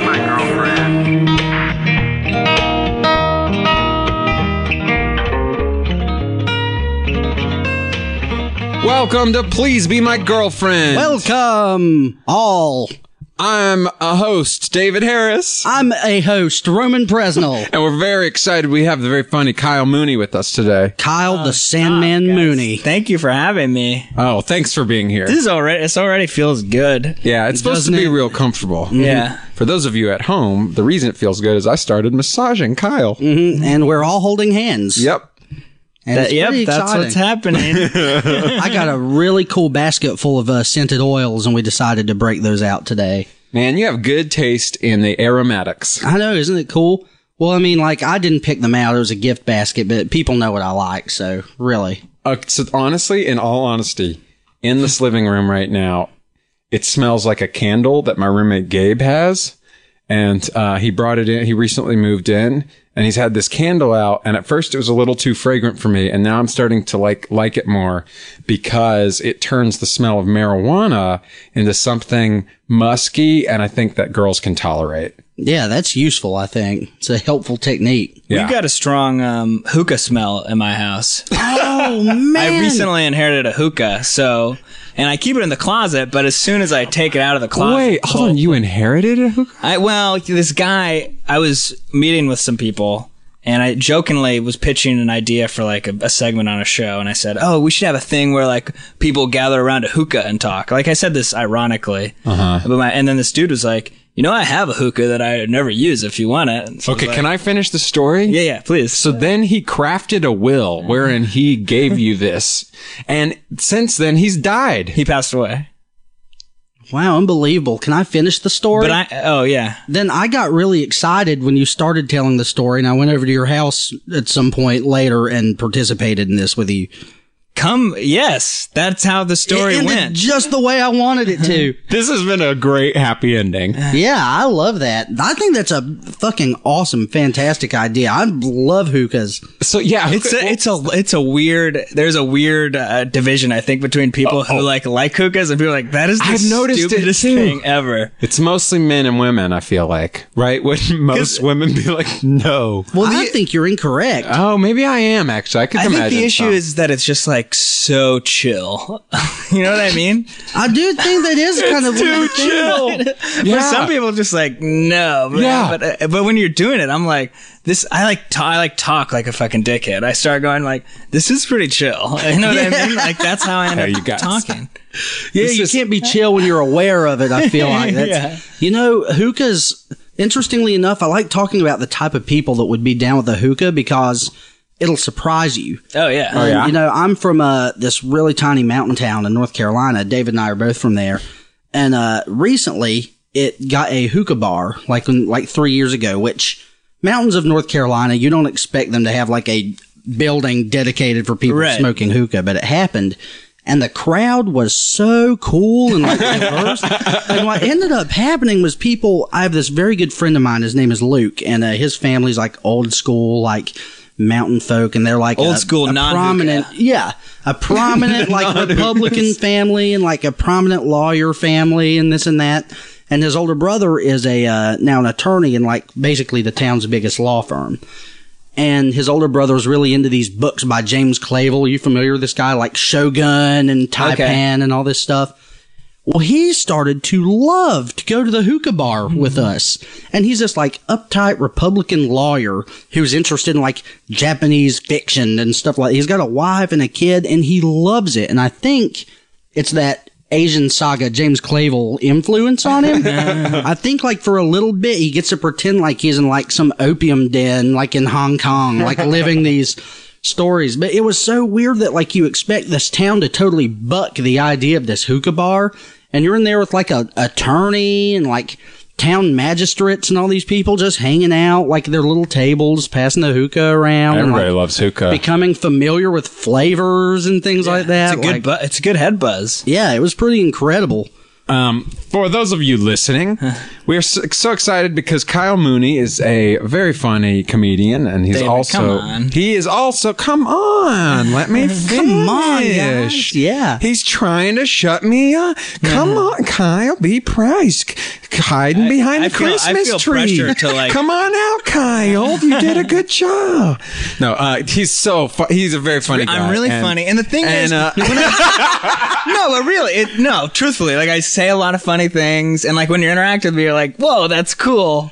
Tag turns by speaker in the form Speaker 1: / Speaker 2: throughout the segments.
Speaker 1: my girlfriend.
Speaker 2: Welcome to Please Be My Girlfriend.
Speaker 3: Welcome, all.
Speaker 2: I'm a host, David Harris.
Speaker 3: I'm a host, Roman Presnell.
Speaker 2: And we're very excited. We have the very funny Kyle Mooney with us today.
Speaker 3: Kyle
Speaker 4: Oh,
Speaker 3: the Sandman Mooney.
Speaker 4: Thank you for having me.
Speaker 2: Oh, thanks for being here.
Speaker 4: This is already this already feels good.
Speaker 3: Mm-hmm.
Speaker 2: Yeah, it's supposed to
Speaker 3: Doesn't
Speaker 2: be
Speaker 3: it-
Speaker 2: real comfortable.
Speaker 4: Yeah.
Speaker 2: For those of you at home, the reason it feels good is I started massaging Kyle.
Speaker 4: Mm.
Speaker 3: Mm-hmm. And we're all holding hands.
Speaker 2: Yep.
Speaker 3: And
Speaker 4: That-
Speaker 3: it's
Speaker 4: yep,
Speaker 3: pretty
Speaker 4: that's what's
Speaker 3: exciting.
Speaker 4: happening.
Speaker 3: I got a really cool basket full of uh, scented oils, and we decided to break those out today.
Speaker 2: Man, you have good taste in the aromatics.
Speaker 3: I know, isn't it cool? Well, I mean, like, I didn't pick them out. It was a gift basket, but people know what I like, so really.
Speaker 2: Uh, so honestly, in all honesty, in this living room right now, it smells like a candle that my roommate Gabe has. And uh, he brought it in. He recently moved in and he's had this candle out. And at first it was a little too fragrant for me. And now I'm starting to like, like it more because it turns the smell of marijuana into something musky. And I think that girls can tolerate.
Speaker 3: Yeah, that's useful, I think. It's a helpful technique.
Speaker 2: Yeah.
Speaker 4: We've got a strong um, hookah smell in my house.
Speaker 3: Oh, man.
Speaker 4: I recently inherited a hookah, so and I keep it in the closet. But as soon as I take it out of the closet,
Speaker 2: Wait, hold on. You inherited a hookah?
Speaker 4: I well, this guy I was meeting with some people. And I jokingly was pitching an idea for like a, a segment on a show, and I said, "Oh, we should have a thing where like people gather around a hookah and talk." Like I said this ironically, uh-huh. but my and then this dude was like, "You know, I have a hookah that I never use. If you want it, And so I was
Speaker 2: Okay.
Speaker 4: like,
Speaker 2: Can I finish the story?
Speaker 4: Yeah, yeah, please.
Speaker 2: So then he crafted a will
Speaker 4: Mm-hmm.
Speaker 2: wherein he gave you this. And since then, he's died.
Speaker 4: he passed away.
Speaker 3: Wow, unbelievable. Can I finish the story?
Speaker 4: But I, oh yeah,
Speaker 3: then I got really excited when you started telling the story, and I went over to your house at some point later and participated in this with you.
Speaker 4: come. Yes, that's how the story
Speaker 3: it ended
Speaker 4: went.
Speaker 3: just the way I wanted it to.
Speaker 2: this has been a great happy ending.
Speaker 3: yeah, I love that. I think that's a fucking awesome, fantastic idea. I love hookahs.
Speaker 2: So yeah,
Speaker 4: it's a, it's a, it's a weird. There's a weird uh, division, I think, between people who like like hookahs and people like that is the
Speaker 2: I've noticed it,
Speaker 4: stupidest
Speaker 2: too.
Speaker 4: thing ever.
Speaker 2: it's mostly men and women. I feel like right. Would most women be like, no?
Speaker 3: Well, I think you're incorrect.
Speaker 2: Oh, maybe I am actually. I could
Speaker 4: I
Speaker 2: imagine. Oh,
Speaker 4: think the issue
Speaker 2: some.
Speaker 4: is that it's just like so chill. you know what I mean?
Speaker 3: I do think that is kind of too
Speaker 4: For
Speaker 2: Yeah.
Speaker 4: some people, just like no. But,
Speaker 2: Yeah.
Speaker 4: But uh, but when you're doing it, I'm like this. I like ta- I like talk like a fucking dickhead. I start going like this is pretty chill. You know what I mean? Like that's how I end
Speaker 2: Hey,
Speaker 4: up
Speaker 2: you guys.
Speaker 4: talking.
Speaker 3: Yeah, you can't be chill when you're aware of it. I feel like that's,
Speaker 4: Yeah.
Speaker 3: you know, hookahs. Interestingly enough, I like talking about the type of people that would be down with a hookah because it'll surprise you.
Speaker 4: Oh yeah.
Speaker 3: And, You know, I'm from uh, this really tiny mountain town in North Carolina. David and I are both from there. And uh, recently, it got a hookah bar, like when, like three years ago. Which mountains of North Carolina, you don't expect them to have like a building dedicated for people
Speaker 4: Right.
Speaker 3: smoking hookah, but it happened. And the crowd was so cool and like diverse. and what ended up happening was people. I have this very good friend of mine. His name is Luke, and uh, his family's like old school, like mountain folk, and they're like
Speaker 4: Old
Speaker 3: a-
Speaker 4: school
Speaker 3: a
Speaker 4: non-hookah.
Speaker 3: prominent yeah, a prominent like Republican family and like a prominent lawyer family and this and that. And his older brother is a uh, now an attorney in like basically the town's biggest law firm. And his older brother was really into these books by James Clavel. Are you familiar with this guy? Like Shogun and Taipan and all this stuff. Well, he started to love to go to the hookah bar with us. And he's this like uptight Republican lawyer who's interested in like Japanese fiction and stuff like He's got a wife and a kid and he loves it. And I think it's that Asian saga James Clavel influence on him. I think like for a little bit he gets to pretend like he's in like some opium den like in Hong Kong, like living these stories. But it was so weird that like you expect this town to totally buck the idea of this hookah bar and you're in there with like a attorney and like town magistrates and all these people just hanging out like their little tables passing the hookah around and,
Speaker 2: Everybody
Speaker 3: like,
Speaker 2: loves hookah.
Speaker 3: becoming familiar with flavors and things like that.
Speaker 4: It's a good,
Speaker 3: like,
Speaker 4: bu- it's a good head buzz.
Speaker 3: yeah, it was pretty incredible.
Speaker 2: Um, for those of you listening, we are so, so excited because Kyle Mooney is a very funny comedian, and he's
Speaker 4: David,
Speaker 2: also
Speaker 4: come on.
Speaker 2: he is also come on, let me finish.
Speaker 3: on, guys. Yeah.
Speaker 2: he's trying to shut me up. Come on, Kyle, be priced, c- hiding behind
Speaker 4: Mm-hmm. I
Speaker 2: the
Speaker 4: feel- I
Speaker 2: Christmas
Speaker 4: feel
Speaker 2: tree.
Speaker 4: pressure to, like-
Speaker 2: come on out, Kyle, you did a good job. No, uh, he's so fu- he's a very funny. guy.
Speaker 4: I'm really
Speaker 2: and-
Speaker 4: funny, and the thing
Speaker 2: and,
Speaker 4: is,
Speaker 2: uh,
Speaker 4: no, but really, it, no, truthfully, like I say a lot of funny things, and like when you interact with me, you're like, whoa, that's cool.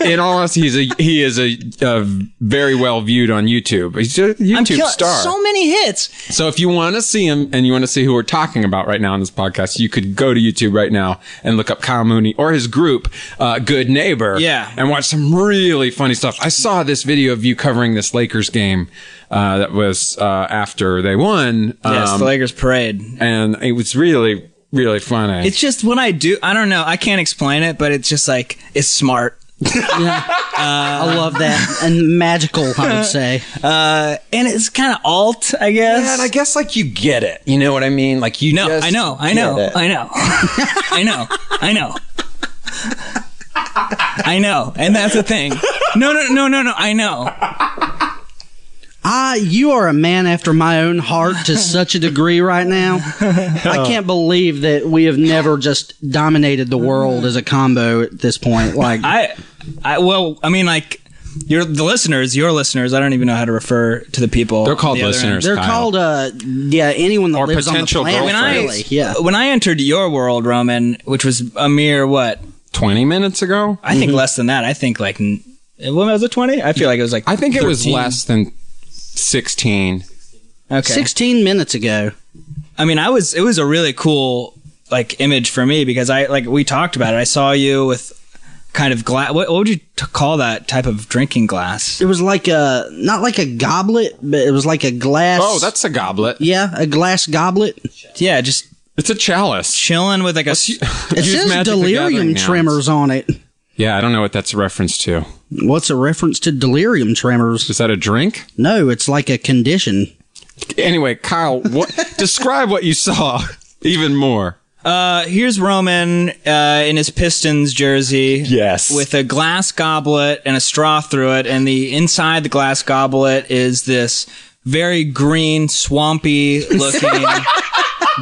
Speaker 2: in all honesty, he's a he is a, uh very well viewed on YouTube. He's a YouTube
Speaker 4: I'm kill-
Speaker 2: star.
Speaker 4: So
Speaker 2: So,
Speaker 4: many hits.
Speaker 2: if you want to see him and you want to see who we're talking about right now on this podcast, you could go to YouTube right now and look up Kyle Mooney or his group, uh, Good Neighbor.
Speaker 4: Yeah.
Speaker 2: and watch some really funny stuff. I saw this video of you covering this Lakers game uh, that was uh, after they won.
Speaker 4: Yes,
Speaker 2: Um,
Speaker 4: the Lakers parade.
Speaker 2: and it was really really funny.
Speaker 4: It's just when I do. I don't know. I can't explain it, but it's just like it's smart.
Speaker 3: I love that and magical. I would say
Speaker 4: Uh, and it's kind of alt, I guess.
Speaker 2: and I guess like you get it. You know what I mean? Like you
Speaker 4: No,
Speaker 2: just
Speaker 4: I know, I
Speaker 2: get
Speaker 4: know,
Speaker 2: it.
Speaker 4: I know, I know, I know, I know, and that's the thing. No, no, no, no, no. I know.
Speaker 3: ah, you are a man after my own heart to such a degree right now. I can't believe that we have never just dominated the world as a combo at this point. Like
Speaker 4: I, I well, I mean, like your the listeners, your listeners. I don't even know how to refer to the people.
Speaker 2: They're called
Speaker 4: the other
Speaker 2: listeners.
Speaker 3: they're
Speaker 2: Kyle.
Speaker 3: called, uh, yeah, anyone that
Speaker 2: Or
Speaker 3: lives on the
Speaker 2: potential
Speaker 3: planet.
Speaker 4: end. When I
Speaker 2: girlfriends.
Speaker 3: really. yeah.
Speaker 4: when I entered your world, Roman, which was a mere what
Speaker 2: 20 minutes ago.
Speaker 4: I think less than that. I think like n- when was it twenty? I feel like it was like
Speaker 2: I think it was
Speaker 4: 13.
Speaker 2: less than 16.
Speaker 4: Okay,
Speaker 3: 16 minutes ago.
Speaker 4: I mean, I was it was a really cool like image for me because I like we talked about it. I saw you with kind of glass. What, what would you t- call that type of drinking glass?
Speaker 3: It was like a, not like a goblet, but it was like a glass.
Speaker 2: Oh, that's a goblet.
Speaker 3: Yeah, a glass goblet.
Speaker 4: Yeah, just
Speaker 2: It's a chalice.
Speaker 4: chilling with like a. s-
Speaker 3: It
Speaker 2: Use
Speaker 3: says
Speaker 2: Magic the Gathering
Speaker 3: delirium
Speaker 2: nouns.
Speaker 3: tremors on it.
Speaker 2: Yeah, I don't know what that's a reference to.
Speaker 3: What's a reference to delirium tremors?
Speaker 2: Is that a drink?
Speaker 3: No, it's like a condition.
Speaker 2: Anyway, Kyle, what describe what you saw even more.
Speaker 4: Uh, here's Roman uh, in his Pistons jersey.
Speaker 2: Yes.
Speaker 4: With a glass goblet and a straw through it, and the inside the glass goblet is this very green, swampy looking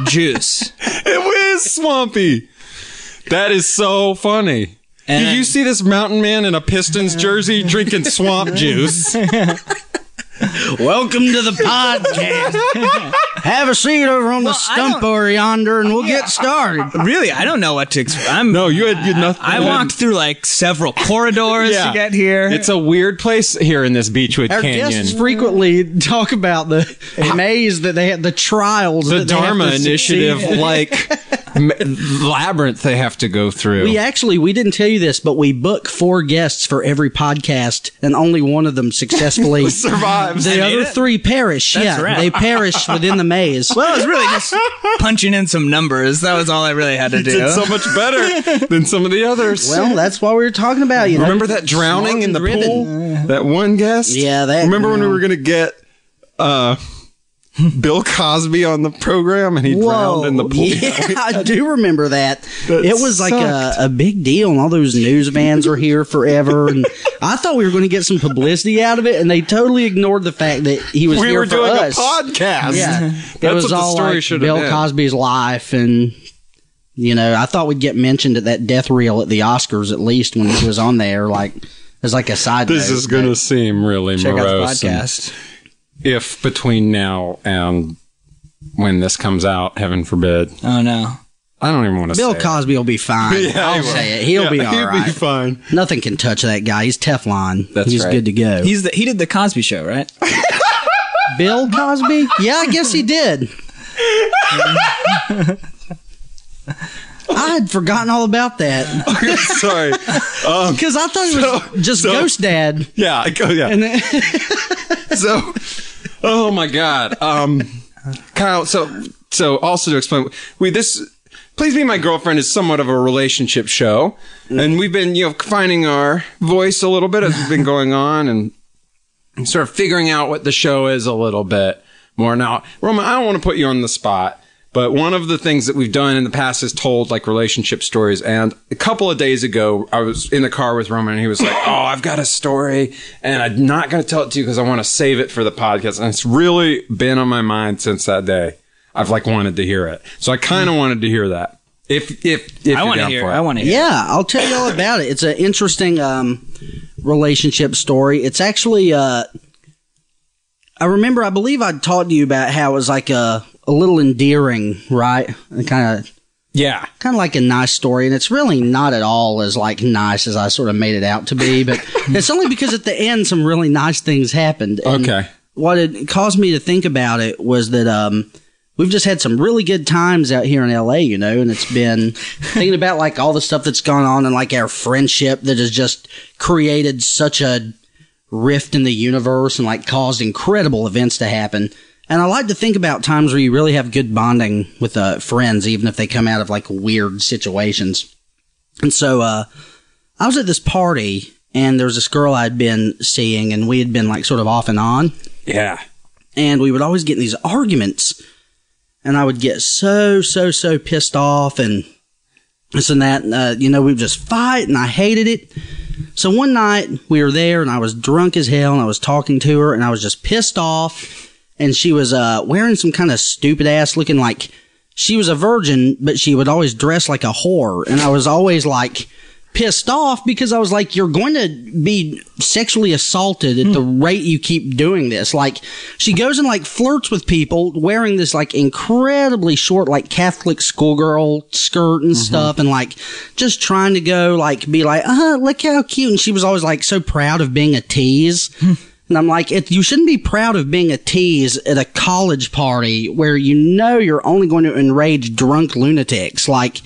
Speaker 4: juice.
Speaker 2: It is swampy. That is so funny.
Speaker 4: And
Speaker 2: Did you see this mountain man in a Pistons jersey drinking swamp juice?
Speaker 3: Welcome to the podcast. Have a seat over on the
Speaker 4: I
Speaker 3: stump
Speaker 4: don't-
Speaker 3: over yonder and we'll get started.
Speaker 4: really? I don't know what to expect. I'm
Speaker 2: No, you had you had nothing.
Speaker 4: I walked through like several corridors to get here.
Speaker 2: It's a weird place here in this Beechwood
Speaker 3: Our
Speaker 2: Canyon.
Speaker 3: guests frequently talk about the maze that they had, the trials,
Speaker 2: the
Speaker 3: that they have
Speaker 2: Dharma
Speaker 3: to succeed
Speaker 2: Initiative like m- labyrinth they have to go through.
Speaker 3: We actually we didn't tell you this, but we book four guests for every podcast, and only one of them successfully
Speaker 2: Survives.
Speaker 3: The other
Speaker 4: it?
Speaker 3: three perish. yeah,
Speaker 4: rad.
Speaker 3: they perish within the maze.
Speaker 4: well, I was really just punching in some numbers. That was all I really had to do.
Speaker 2: Did so much better than some of the others.
Speaker 3: Well, that's what we were talking about. You know?
Speaker 2: Remember that drowning in the
Speaker 3: Smart and
Speaker 2: pool?
Speaker 3: driven.
Speaker 2: That one guest?
Speaker 3: Yeah, that-
Speaker 2: Remember when we were going to get uh, Bill Cosby on the program and he
Speaker 3: Whoa!
Speaker 2: drowned in the pool?
Speaker 3: Yeah, I do remember that.
Speaker 2: That
Speaker 3: it was like a,
Speaker 2: sucked.
Speaker 3: a big deal, and all those news vans were here forever. And I thought we were going to get some publicity out of it, and they totally ignored the fact that he was
Speaker 2: We
Speaker 3: here
Speaker 2: were
Speaker 3: for
Speaker 2: doing
Speaker 3: us.
Speaker 2: a podcast.
Speaker 3: Yeah, it
Speaker 2: That's
Speaker 3: was
Speaker 2: what the
Speaker 3: all
Speaker 2: story
Speaker 3: like
Speaker 2: should have
Speaker 3: Bill
Speaker 2: been.
Speaker 3: Cosby's life, and you know, I thought we'd get mentioned at that death reel at the Oscars at least when he was on there, like as like a side.
Speaker 2: This
Speaker 3: note,
Speaker 2: is going to seem really
Speaker 4: Check out the
Speaker 2: morose. and
Speaker 4: podcast.
Speaker 2: If between now and when this comes out, heaven forbid,
Speaker 4: Oh no.
Speaker 2: I don't even want to
Speaker 3: Bill
Speaker 2: say it.
Speaker 3: Cosby will be fine.
Speaker 2: Yeah,
Speaker 3: I'll
Speaker 2: he will.
Speaker 3: say it. He'll
Speaker 2: Yeah,
Speaker 3: be all
Speaker 2: he'll
Speaker 3: right.
Speaker 2: be fine.
Speaker 3: Nothing can touch that guy. He's Teflon.
Speaker 2: That's
Speaker 3: He's
Speaker 2: right.
Speaker 3: good to go.
Speaker 4: He's the, he did the Cosby show, right?
Speaker 3: Bill Cosby? Yeah, I guess he did. I had forgotten all about that
Speaker 2: Sorry. Um,
Speaker 3: because I thought it was just
Speaker 2: so-
Speaker 3: Ghost Dad.
Speaker 2: yeah. I go, yeah.
Speaker 3: And then,
Speaker 2: so oh my god um kyle so so also to explain we this please be my girlfriend is somewhat of a relationship show and we've been you know finding our voice a little bit as we've been going on and sort of figuring out what the show is a little bit more now roman i don't want to put you on the spot but one of the things that we've done in the past is told like relationship stories. And a couple of days ago, I was in the car with Roman and he was like, Oh, I've got a story and I'm not going to tell it to you because I want to save it for the podcast. And it's really been on my mind since that day. I've like wanted to hear it. So I kind of wanted to hear that. If, if, if
Speaker 4: I
Speaker 2: you're
Speaker 4: want to
Speaker 2: down
Speaker 4: hear.
Speaker 2: for it.
Speaker 4: I want to hear.
Speaker 3: yeah, I'll tell you all about it. It's an interesting um, relationship story. It's actually, uh, I remember, I believe I talked to you about how it was like a, a little endearing, right? And kind of
Speaker 2: Yeah.
Speaker 3: kind of like a nice story, and it's really not at all as like nice as I sort of made it out to be. But it's only because at the end, some really nice things happened. And
Speaker 2: Okay.
Speaker 3: What it caused me to think about it was that um, we've just had some really good times out here in LA, you know, and it's been thinking about like all the stuff that's gone on and like our friendship that has just created such a rift in the universe and like caused incredible events to happen. And I like to think about times where you really have good bonding with uh, friends, even if they come out of like weird situations. And so uh, I was at this party, and there was this girl I'd been seeing, and we had been like sort of off and on
Speaker 2: Yeah.
Speaker 3: and we would always get in these arguments and i would get so so so pissed off and this and that and, uh, you know we would just fight and i hated it so one night we were there and i was drunk as hell and i was talking to her and i was just pissed off and she was uh, wearing some kind of stupid ass looking like she was a virgin but she would always dress like a whore and i was always like pissed off because i was like you're going to be sexually assaulted at the rate you keep doing this like she goes and like flirts with people wearing this like incredibly short like catholic schoolgirl skirt and stuff and like just trying to go like be like uh look how cute and she was always like so proud of being a tease and I'm like, it, you shouldn't be proud of being a tease at a college party where you know you're only going to enrage drunk lunatics. Like,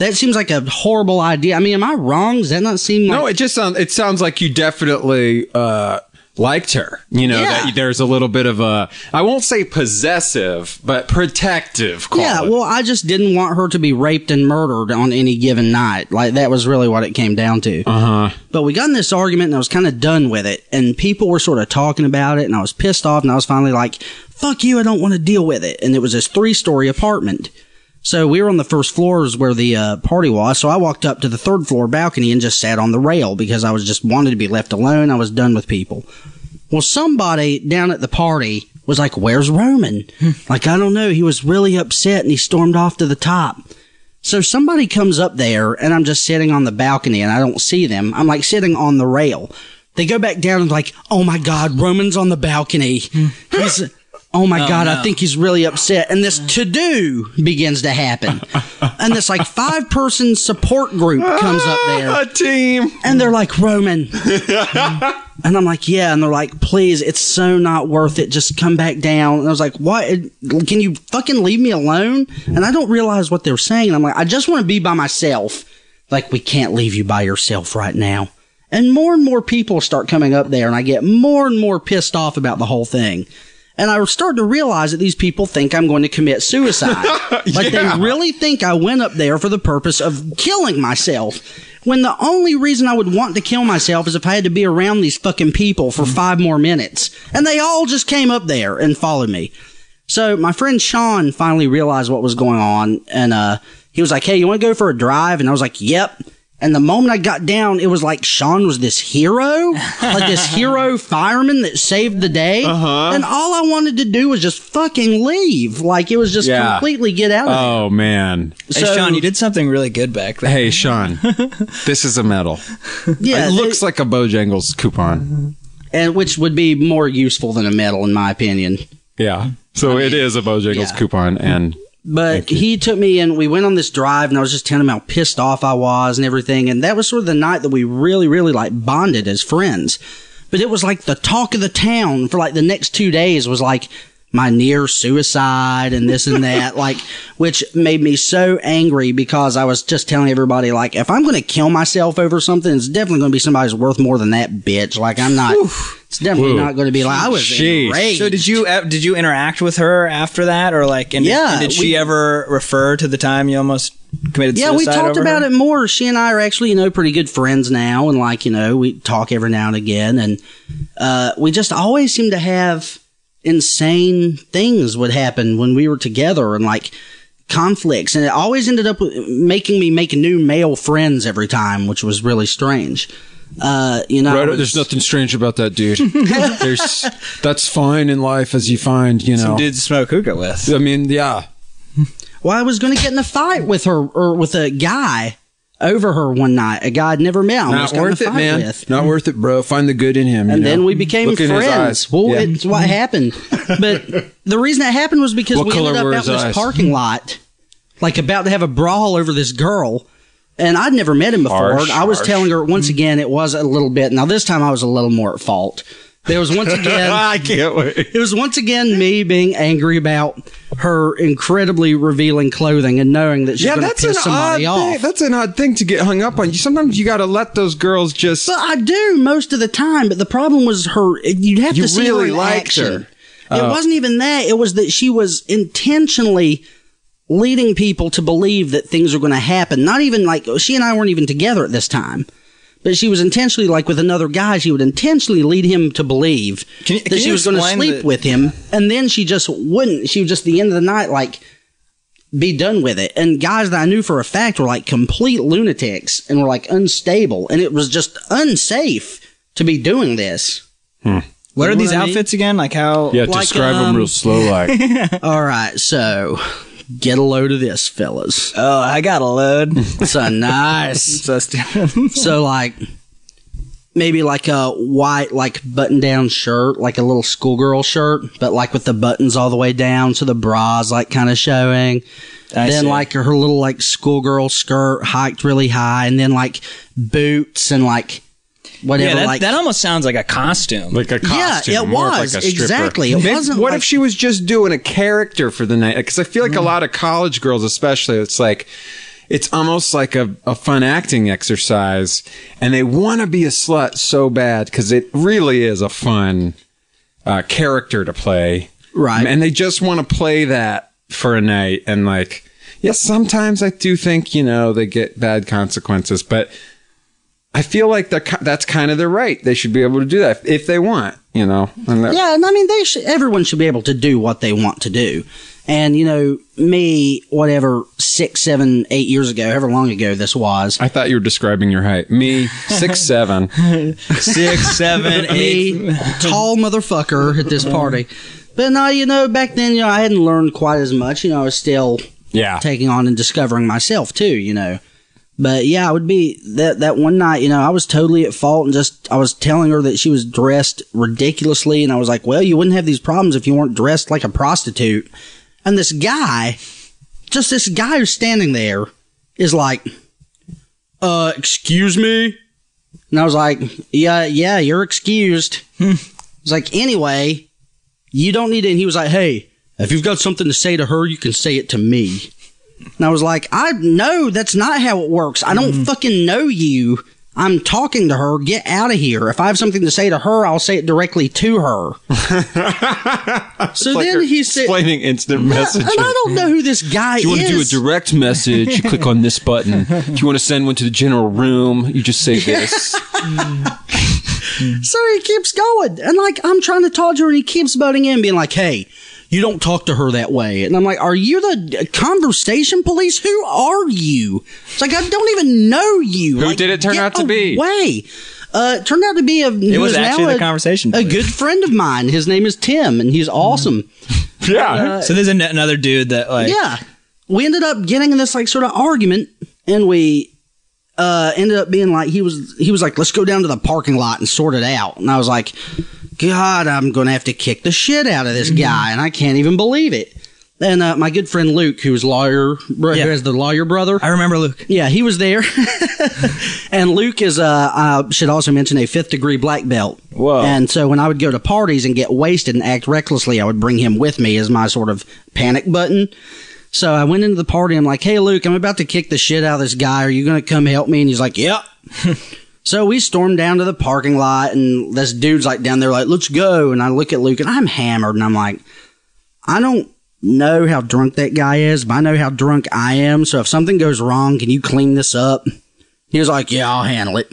Speaker 3: that seems like a horrible idea. I mean, am I wrong? Does that not seem like
Speaker 2: No, it just sounds, it sounds like you definitely, uh, liked her. You know,
Speaker 3: Yeah.
Speaker 2: that there's a little bit of a, I won't say possessive, but protective. Call
Speaker 3: Yeah,
Speaker 2: it.
Speaker 3: well, I just didn't want her to be raped and murdered on any given night. Like that was really what it came down to.
Speaker 2: Uh-huh.
Speaker 3: Uh huh. But we got in this argument, and I was kind of done with it. And people were sort of talking about it, and I was pissed off, and I was finally like, "Fuck you! I don't want to deal with it." And it was this three-story apartment. So we were on the first floors where the uh, party was. So I walked up to the third floor balcony and just sat on the rail because I was just wanted to be left alone. I was done with people. Well, somebody down at the party was like, Where's Roman? like, I don't know. He was really upset and he stormed off to the top. So somebody comes up there and I'm just sitting on the balcony and I don't see them. I'm like sitting on the rail. They go back down and like, Oh my God, Roman's on the balcony. He's, Oh my God, I think he's really upset. And this to do begins to happen. and this like five person support group comes up there.
Speaker 2: a team.
Speaker 3: And they're like, Roman. and I'm like, yeah. And they're like, please, it's so not worth it. Just come back down. And I was like, what? Can you fucking leave me alone? And I don't realize what they're saying. And I'm like, I just want to be by myself. Like, we can't leave you by yourself right now. And more and more people start coming up there, and I get more and more pissed off about the whole thing. And I start to realize that these people think I'm going to commit suicide. like they really think I went up there for the purpose of killing myself. When the only reason I would want to kill myself is if I had to be around these fucking people for five more minutes. And they all just came up there and followed me. So my friend Sean finally realized what was going on, and uh, he was like, "Hey, you want to go for a drive?" And I was like, "Yep." And the moment I got down, it was like Sean was this hero, like this hero fireman that saved the day. Uh-huh. And all I wanted to do was just fucking leave. Like it was just
Speaker 2: Yeah.
Speaker 3: completely get out of
Speaker 2: Oh man.
Speaker 4: Hey,
Speaker 3: So-
Speaker 4: Sean, you did something really good back then.
Speaker 2: Hey Sean, this is a medal.
Speaker 3: it. Yeah,
Speaker 2: it looks
Speaker 3: they-
Speaker 2: like a Bojangles coupon.
Speaker 3: and which would be more useful than a medal, in my opinion.
Speaker 2: Yeah. So it is a Bojangles
Speaker 3: yeah.
Speaker 2: coupon, and
Speaker 3: But he took me and we went on this drive and I was just telling him how pissed off I was and everything. And that was sort of the night that we really, really like bonded as friends. But it was like the talk of the town for like the next two days was like, my near suicide and this and that, like, which made me so angry because I was just telling everybody, like, if I'm going to kill myself over something, it's definitely going to be somebody who's worth more than that bitch. Like, I'm not, it's definitely
Speaker 2: Whew.
Speaker 3: not going to be like, I was
Speaker 2: Jeez.
Speaker 3: enraged.
Speaker 4: So did you uh, did you interact with her after that, or like? And
Speaker 3: Yeah,
Speaker 4: and did she
Speaker 3: we-
Speaker 4: ever refer to the time you almost committed
Speaker 3: Yeah,
Speaker 4: suicide?
Speaker 3: we talked
Speaker 4: over
Speaker 3: about
Speaker 4: her?
Speaker 3: it more. She and I are actually, you know, pretty good friends now, and like, you know, we talk every now and again, and uh, we just always seem to have insane things would happen when we were together, and like conflicts, and it always ended up making me make new male friends every time, which was really strange. Uh, you know,
Speaker 2: Right,
Speaker 3: it was-
Speaker 2: there's nothing strange about that, dude. there's that's fine in life as you find, you know.
Speaker 4: Some dudes smoke hookah with.
Speaker 2: I mean, yeah.
Speaker 3: Well, I was going to get in a fight with her or with a guy over her one night, a guy I'd never met. I almost
Speaker 2: Not
Speaker 3: got in a
Speaker 2: worth it,
Speaker 3: fight
Speaker 2: man.
Speaker 3: With.
Speaker 2: Not worth it, bro. Find the good in him. you
Speaker 3: and
Speaker 2: know?
Speaker 3: then we became
Speaker 2: Look in his
Speaker 3: friends.
Speaker 2: eyes.
Speaker 3: Well,
Speaker 2: Yeah. Mm-hmm.
Speaker 3: it's what happened. But the reason that happened was because
Speaker 2: What
Speaker 3: we
Speaker 2: color
Speaker 3: ended up
Speaker 2: were
Speaker 3: out
Speaker 2: his
Speaker 3: in this
Speaker 2: eyes?
Speaker 3: parking lot, like about to have a brawl over this girl. And I'd never met him before.
Speaker 2: Harsh,
Speaker 3: I was
Speaker 2: harsh. Mm-hmm.
Speaker 3: telling her once again it was a little bit. Now this time I was a little more at fault. There was once again
Speaker 2: I can't wait.
Speaker 3: it was once again me being angry about her incredibly revealing clothing and knowing that she's
Speaker 2: Yeah,
Speaker 3: going to
Speaker 2: that's an
Speaker 3: piss
Speaker 2: odd
Speaker 3: somebody
Speaker 2: thing.
Speaker 3: off.
Speaker 2: That's an odd thing to get hung up on. You sometimes you got to let those girls just.
Speaker 3: But I do most of the time. But the problem was her. You'd have
Speaker 2: You
Speaker 3: to see
Speaker 2: really
Speaker 3: her in
Speaker 2: liked
Speaker 3: action.
Speaker 2: her. Uh,
Speaker 3: It wasn't even that. It was that she was intentionally leading people to believe that things are going to happen. Not even like she and I weren't even together at this time. But she was intentionally like with another guy. She would intentionally lead him to believe
Speaker 4: Can you-
Speaker 3: that
Speaker 4: can
Speaker 3: she
Speaker 4: you
Speaker 3: was going to
Speaker 4: explain
Speaker 3: sleep
Speaker 4: the-
Speaker 3: with him, and then she just wouldn't. She would just at the end of the night like be done with it. And guys that I knew for a fact were like complete lunatics and were like unstable, and it was just unsafe to be doing this.
Speaker 4: What are
Speaker 3: know
Speaker 4: these
Speaker 3: what I mean?
Speaker 4: outfits again? Like how?
Speaker 2: yeah,
Speaker 3: like,
Speaker 2: describe them real
Speaker 3: um,
Speaker 2: slow, like.
Speaker 3: All right, so get a load of this, fellas.
Speaker 4: Oh, I got a load.
Speaker 3: It's a nice.
Speaker 4: so stupid.
Speaker 3: So like maybe like a white like button down shirt, like a little schoolgirl shirt, but like with the buttons all the way down, so the bra's like kind of showing.
Speaker 4: I
Speaker 3: then
Speaker 4: see.
Speaker 3: like her little like schoolgirl skirt hiked really high, and then like boots and like whatever.
Speaker 4: yeah, that,
Speaker 3: like
Speaker 4: that almost sounds like a costume.
Speaker 2: like a costume.
Speaker 3: yeah, it
Speaker 2: more of
Speaker 3: was
Speaker 2: like a stripper.
Speaker 3: exactly. It
Speaker 2: Maybe-
Speaker 3: wasn't.
Speaker 2: what
Speaker 3: like- Mm.
Speaker 2: if she was just doing a character for the night? Because I feel like a lot of college girls, especially, it's like it's almost like a, a fun acting exercise, and they want to be a slut so bad because it really is a fun uh, character to play,
Speaker 3: Right.
Speaker 2: And they just want to play that for a night, and like, yes, sometimes I do think you know they get bad consequences, but. I feel like they're, ki- that's kind of their right. They should be able to do that if, if they want, you know. And that-
Speaker 3: Yeah, and I mean, they should, everyone should be able to do what they want to do. And you know, me, whatever, six, seven, eight years ago, however long ago this was,
Speaker 2: I thought you were describing your height. Me, six seven.
Speaker 4: Six, seven, eight.
Speaker 3: a tall motherfucker at this party. But no, you know, back then, you know, I hadn't learned quite as much. You know, I was still
Speaker 2: Yeah.
Speaker 3: taking on and discovering myself too. You know. But yeah, I would be that that one night. You know, I was totally at fault and just I was telling her that she was dressed ridiculously, and I was like, "Well, you wouldn't have these problems if you weren't dressed like a prostitute." And this guy, just this guy who's standing there, is like, "Uh, excuse me," and I was like, "Yeah, yeah, you're excused." I
Speaker 2: Hmm.
Speaker 3: was like, "Anyway, you don't need it." And he was like, "Hey, if you've got something to say to her, you can say it to me." And I was like, I know that's not how it works. I
Speaker 2: Mm-hmm.
Speaker 3: don't fucking know you. I'm talking to her. Get out of here. If I have something to say to her, I'll say it directly to her. so then he said, and
Speaker 2: explaining instant
Speaker 3: I don't know who this guy
Speaker 2: you want to do a
Speaker 3: is.
Speaker 2: direct message? You click on this button. If you want to send one to the general room, you just say this.
Speaker 3: so he keeps going. And like, I'm trying to talk to her and he keeps butting in, being like, hey, you don't talk to her that way. And I'm like, are you the conversation police? Who are you? It's like, I don't even know you.
Speaker 2: Who
Speaker 3: Like,
Speaker 2: did it turn
Speaker 3: get
Speaker 2: out to be?
Speaker 3: Away. Uh, it turned out to be a.
Speaker 4: It was actually the conversation.
Speaker 3: A
Speaker 4: police. Mm-hmm.
Speaker 3: good friend of mine. His name is Tim, and he's awesome.
Speaker 2: yeah.
Speaker 4: So there's an- another dude that like.
Speaker 3: Yeah. We ended up getting in this like sort of argument and we uh ended up being like he was he was like, Let's go down to the parking lot and sort it out and I was
Speaker 4: Mm-hmm.
Speaker 3: like, God, I'm gonna have to kick the shit out of this guy and I can't even believe it. And uh, my good friend Luke, who's lawyer, bro-
Speaker 4: Yeah.
Speaker 3: who has the lawyer brother.
Speaker 4: I remember Luke.
Speaker 3: Yeah, he was there. and Luke is, uh, I should also mention, a fifth degree black belt.
Speaker 4: Whoa.
Speaker 3: And so when I would go to parties and get wasted and act recklessly, I would bring him with me as my sort of panic button. So I went into the party. I'm like, hey, Luke, I'm about to kick the shit out of this guy. Are you going to come help me? And he's like, yep. so we stormed down to the parking lot, and this dude's like down there, like, let's go. And I look at Luke, and I'm hammered, and I'm like, I don't know how drunk that guy is, but I know how drunk I am. So if something goes wrong, can you clean this up? He was like, Yeah, I'll handle it.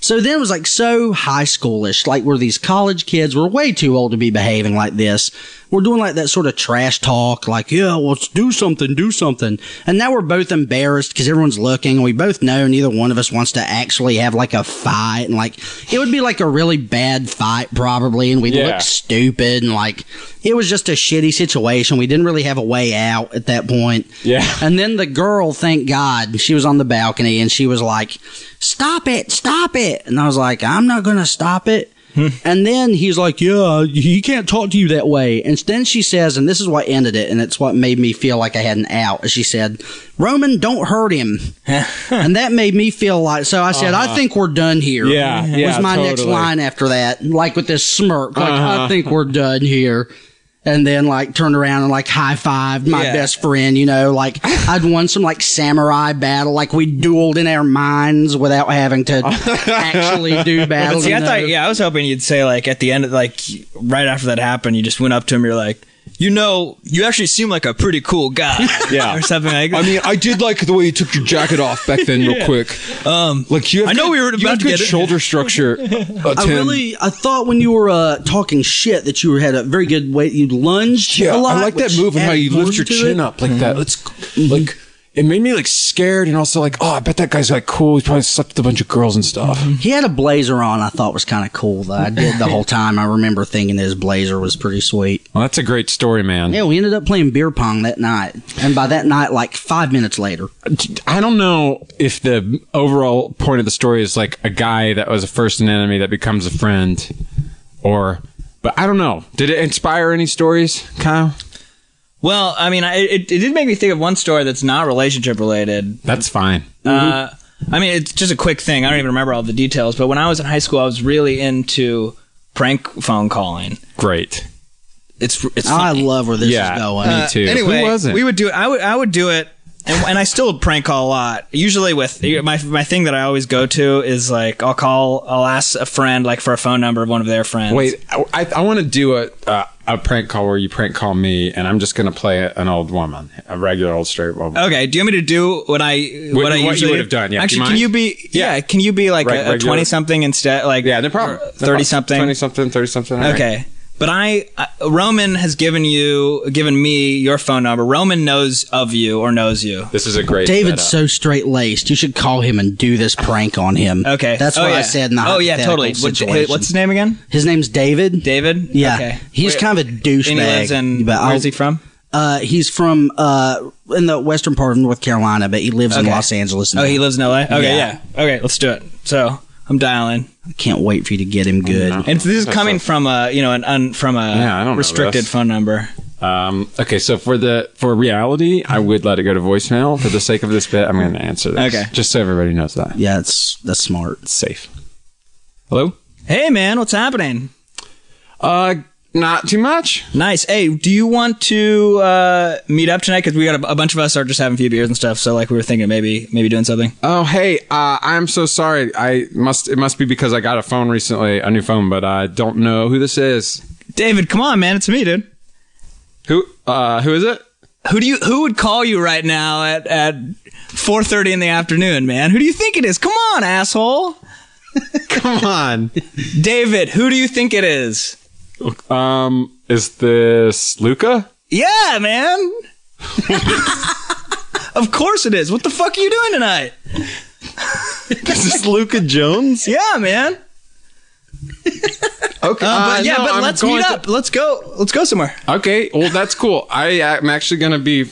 Speaker 3: So then it was like so high schoolish, like where these college kids were way too old to be behaving like this. We're doing like that sort of trash talk, like, yeah, let's do something, do something. And now we're both embarrassed because everyone's looking and we both know neither one of us wants to actually have like a fight. And like, it would be like a really bad fight probably. And we'd
Speaker 2: Yeah.
Speaker 3: look stupid. And like, it was just a shitty situation. We didn't really have a way out at that point.
Speaker 2: Yeah.
Speaker 3: And then the girl, thank God, she was on the balcony and she was like, Stop it, stop it. And I was like, I'm not going to stop it.
Speaker 2: Hmm.
Speaker 3: and then he's like, Yeah, he can't talk to you that way. And then she says, and this is what ended it, and it's what made me feel like I had an out. She said, Roman, don't hurt him. and that made me feel like, so I said, I think we're done here.
Speaker 2: Uh-huh. Yeah, yeah,
Speaker 3: Was my next
Speaker 2: totally.
Speaker 3: line after that, like with this smirk, like,
Speaker 2: Uh-huh.
Speaker 3: I think we're done here and then like turned around and like high fived my
Speaker 4: Yeah.
Speaker 3: best friend, you know, like I'd won some like samurai battle, like we dueled in our minds without having to actually do battle.
Speaker 4: See,
Speaker 3: you
Speaker 4: I
Speaker 3: know?
Speaker 4: thought, yeah, I was hoping you'd say like at the end of like right after that happened, you just went up to him, you're like, you know, you actually seem like a pretty cool guy,
Speaker 2: Yeah.
Speaker 4: or something like that.
Speaker 2: I mean, I did like the way you took your jacket off back then, real quick. Um, like you have
Speaker 4: I know
Speaker 2: good-
Speaker 4: we were
Speaker 2: you
Speaker 4: about
Speaker 2: have
Speaker 4: to
Speaker 2: good
Speaker 4: get it.
Speaker 2: shoulder structure. uh,
Speaker 3: I
Speaker 2: Tim.
Speaker 3: really, I thought when you were uh, talking shit that you had a very good way. You lunged
Speaker 2: Yeah,
Speaker 3: a lot.
Speaker 2: I like that
Speaker 3: which
Speaker 2: move and how
Speaker 3: added
Speaker 2: you lift
Speaker 3: warmth
Speaker 2: your
Speaker 3: to
Speaker 2: chin
Speaker 3: it.
Speaker 2: up like that. Let's like it made me like scared and also like oh I bet that guy's like cool. He probably slept with a bunch of girls and stuff.
Speaker 3: He had a blazer on. I thought was kind of cool. Though I did the whole time. I remember thinking that his blazer was pretty sweet.
Speaker 2: Well, that's a great story, man.
Speaker 3: Yeah, we ended up playing beer pong that night, and by that night, like five minutes later,
Speaker 2: I don't know if the overall point of the story is like a guy that was first an enemy that becomes a friend, or but I don't know. Did it inspire any stories, Kyle?
Speaker 4: well, I mean, I, it, it did make me think of one story that's not relationship related.
Speaker 2: That's fine.
Speaker 4: Uh, I mean, it's just a quick thing. I don't even remember all the details, but when I was in high school, I was really into prank phone calling.
Speaker 2: Great.
Speaker 4: It's it's
Speaker 3: Oh,
Speaker 2: Ah,
Speaker 3: I
Speaker 4: funny.
Speaker 3: love where this
Speaker 2: Yeah, Uh,
Speaker 3: is going.
Speaker 2: me too.
Speaker 4: Uh, Anyway,
Speaker 2: Who was it?
Speaker 4: we would do it. I would I would do it, and, and I still prank call a lot. Usually with my my thing that I always go to is like I'll call I'll ask a friend like for a phone number of one of their friends.
Speaker 2: Wait, I, I, I want to do a uh, a prank call where you prank call me, and I'm just gonna play an old woman, a regular old straight woman.
Speaker 4: Okay, do you want me to do what I what,
Speaker 2: what
Speaker 4: I
Speaker 2: you
Speaker 4: usually
Speaker 2: would have done, yeah. Do you
Speaker 4: Actually, can
Speaker 2: mind?
Speaker 4: you be yeah,
Speaker 2: Yeah.
Speaker 4: Can you be like
Speaker 2: Right,
Speaker 4: a
Speaker 2: regular.
Speaker 4: twenty something instead? Like
Speaker 2: Yeah, no problem. No
Speaker 4: Thirty
Speaker 2: problem.
Speaker 4: something.
Speaker 2: Twenty something. Thirty something. all right.
Speaker 4: Okay, but I uh, Roman has given you given me your phone number. Roman knows of you or knows you.
Speaker 2: This is a great.
Speaker 3: David's
Speaker 2: setup.
Speaker 3: so straight laced. You should call him and do this prank on him.
Speaker 4: Okay,
Speaker 3: that's
Speaker 4: oh,
Speaker 3: what
Speaker 4: yeah.
Speaker 3: I said. In the
Speaker 4: oh yeah,
Speaker 3: hypothetical
Speaker 4: totally. What-
Speaker 3: situation.
Speaker 4: what's his name again?
Speaker 3: his name's David?
Speaker 4: David.
Speaker 3: Yeah,
Speaker 4: Okay.
Speaker 3: he's
Speaker 4: Wait,
Speaker 3: kind of a douchebag.
Speaker 4: And he lives in.
Speaker 3: but I'll-
Speaker 4: Where's he from?
Speaker 3: Uh, he's from uh in the western part of North Carolina, but he lives in
Speaker 4: Okay.
Speaker 3: Los Angeles. Now.
Speaker 4: Oh, he lives in L.A. Okay,
Speaker 3: Yeah.
Speaker 4: yeah. Okay, let's do it. So I'm dialing,
Speaker 3: I can't wait for you to get him good.
Speaker 4: and this is coming from a you know an un, from a
Speaker 2: Yeah, I don't know
Speaker 4: restricted
Speaker 2: this.
Speaker 4: phone number.
Speaker 2: Um, okay, so for the for reality, I would let it go to voicemail. For the sake of this bit, I'm going to answer this.
Speaker 4: Okay.
Speaker 2: just so everybody knows that
Speaker 3: Yeah, it's that's smart.
Speaker 2: it's safe. Hello.
Speaker 4: Hey man, what's happening?
Speaker 2: Uh, not too much.
Speaker 4: Nice. Hey, do you want to uh, meet up tonight? Because we got a, a bunch of us are just having a few beers and stuff. So like we were thinking maybe maybe doing something.
Speaker 2: Oh, hey, uh, I'm so sorry. I must. It must be because I got a phone recently, a new phone, but I don't know who this is.
Speaker 4: David, come on, man, it's me, dude.
Speaker 2: Who? Uh, who is it?
Speaker 4: Who do you who would call you right now at at four thirty in the afternoon, man? Who do you think it is? Come on, asshole.
Speaker 2: Come on.
Speaker 4: David, who do you think it is?
Speaker 2: um, is this Luca?
Speaker 4: Yeah, man. of course it is. What the fuck are you doing tonight?
Speaker 2: Is this Luca Jones?
Speaker 4: Yeah, man.
Speaker 2: Okay.
Speaker 4: Uh, but
Speaker 2: uh,
Speaker 4: yeah,
Speaker 2: no,
Speaker 4: but
Speaker 2: I'm
Speaker 4: let's
Speaker 2: going
Speaker 4: meet
Speaker 2: to-
Speaker 4: up. Let's go. Let's go somewhere.
Speaker 2: Okay, well that's cool. I am actually gonna be.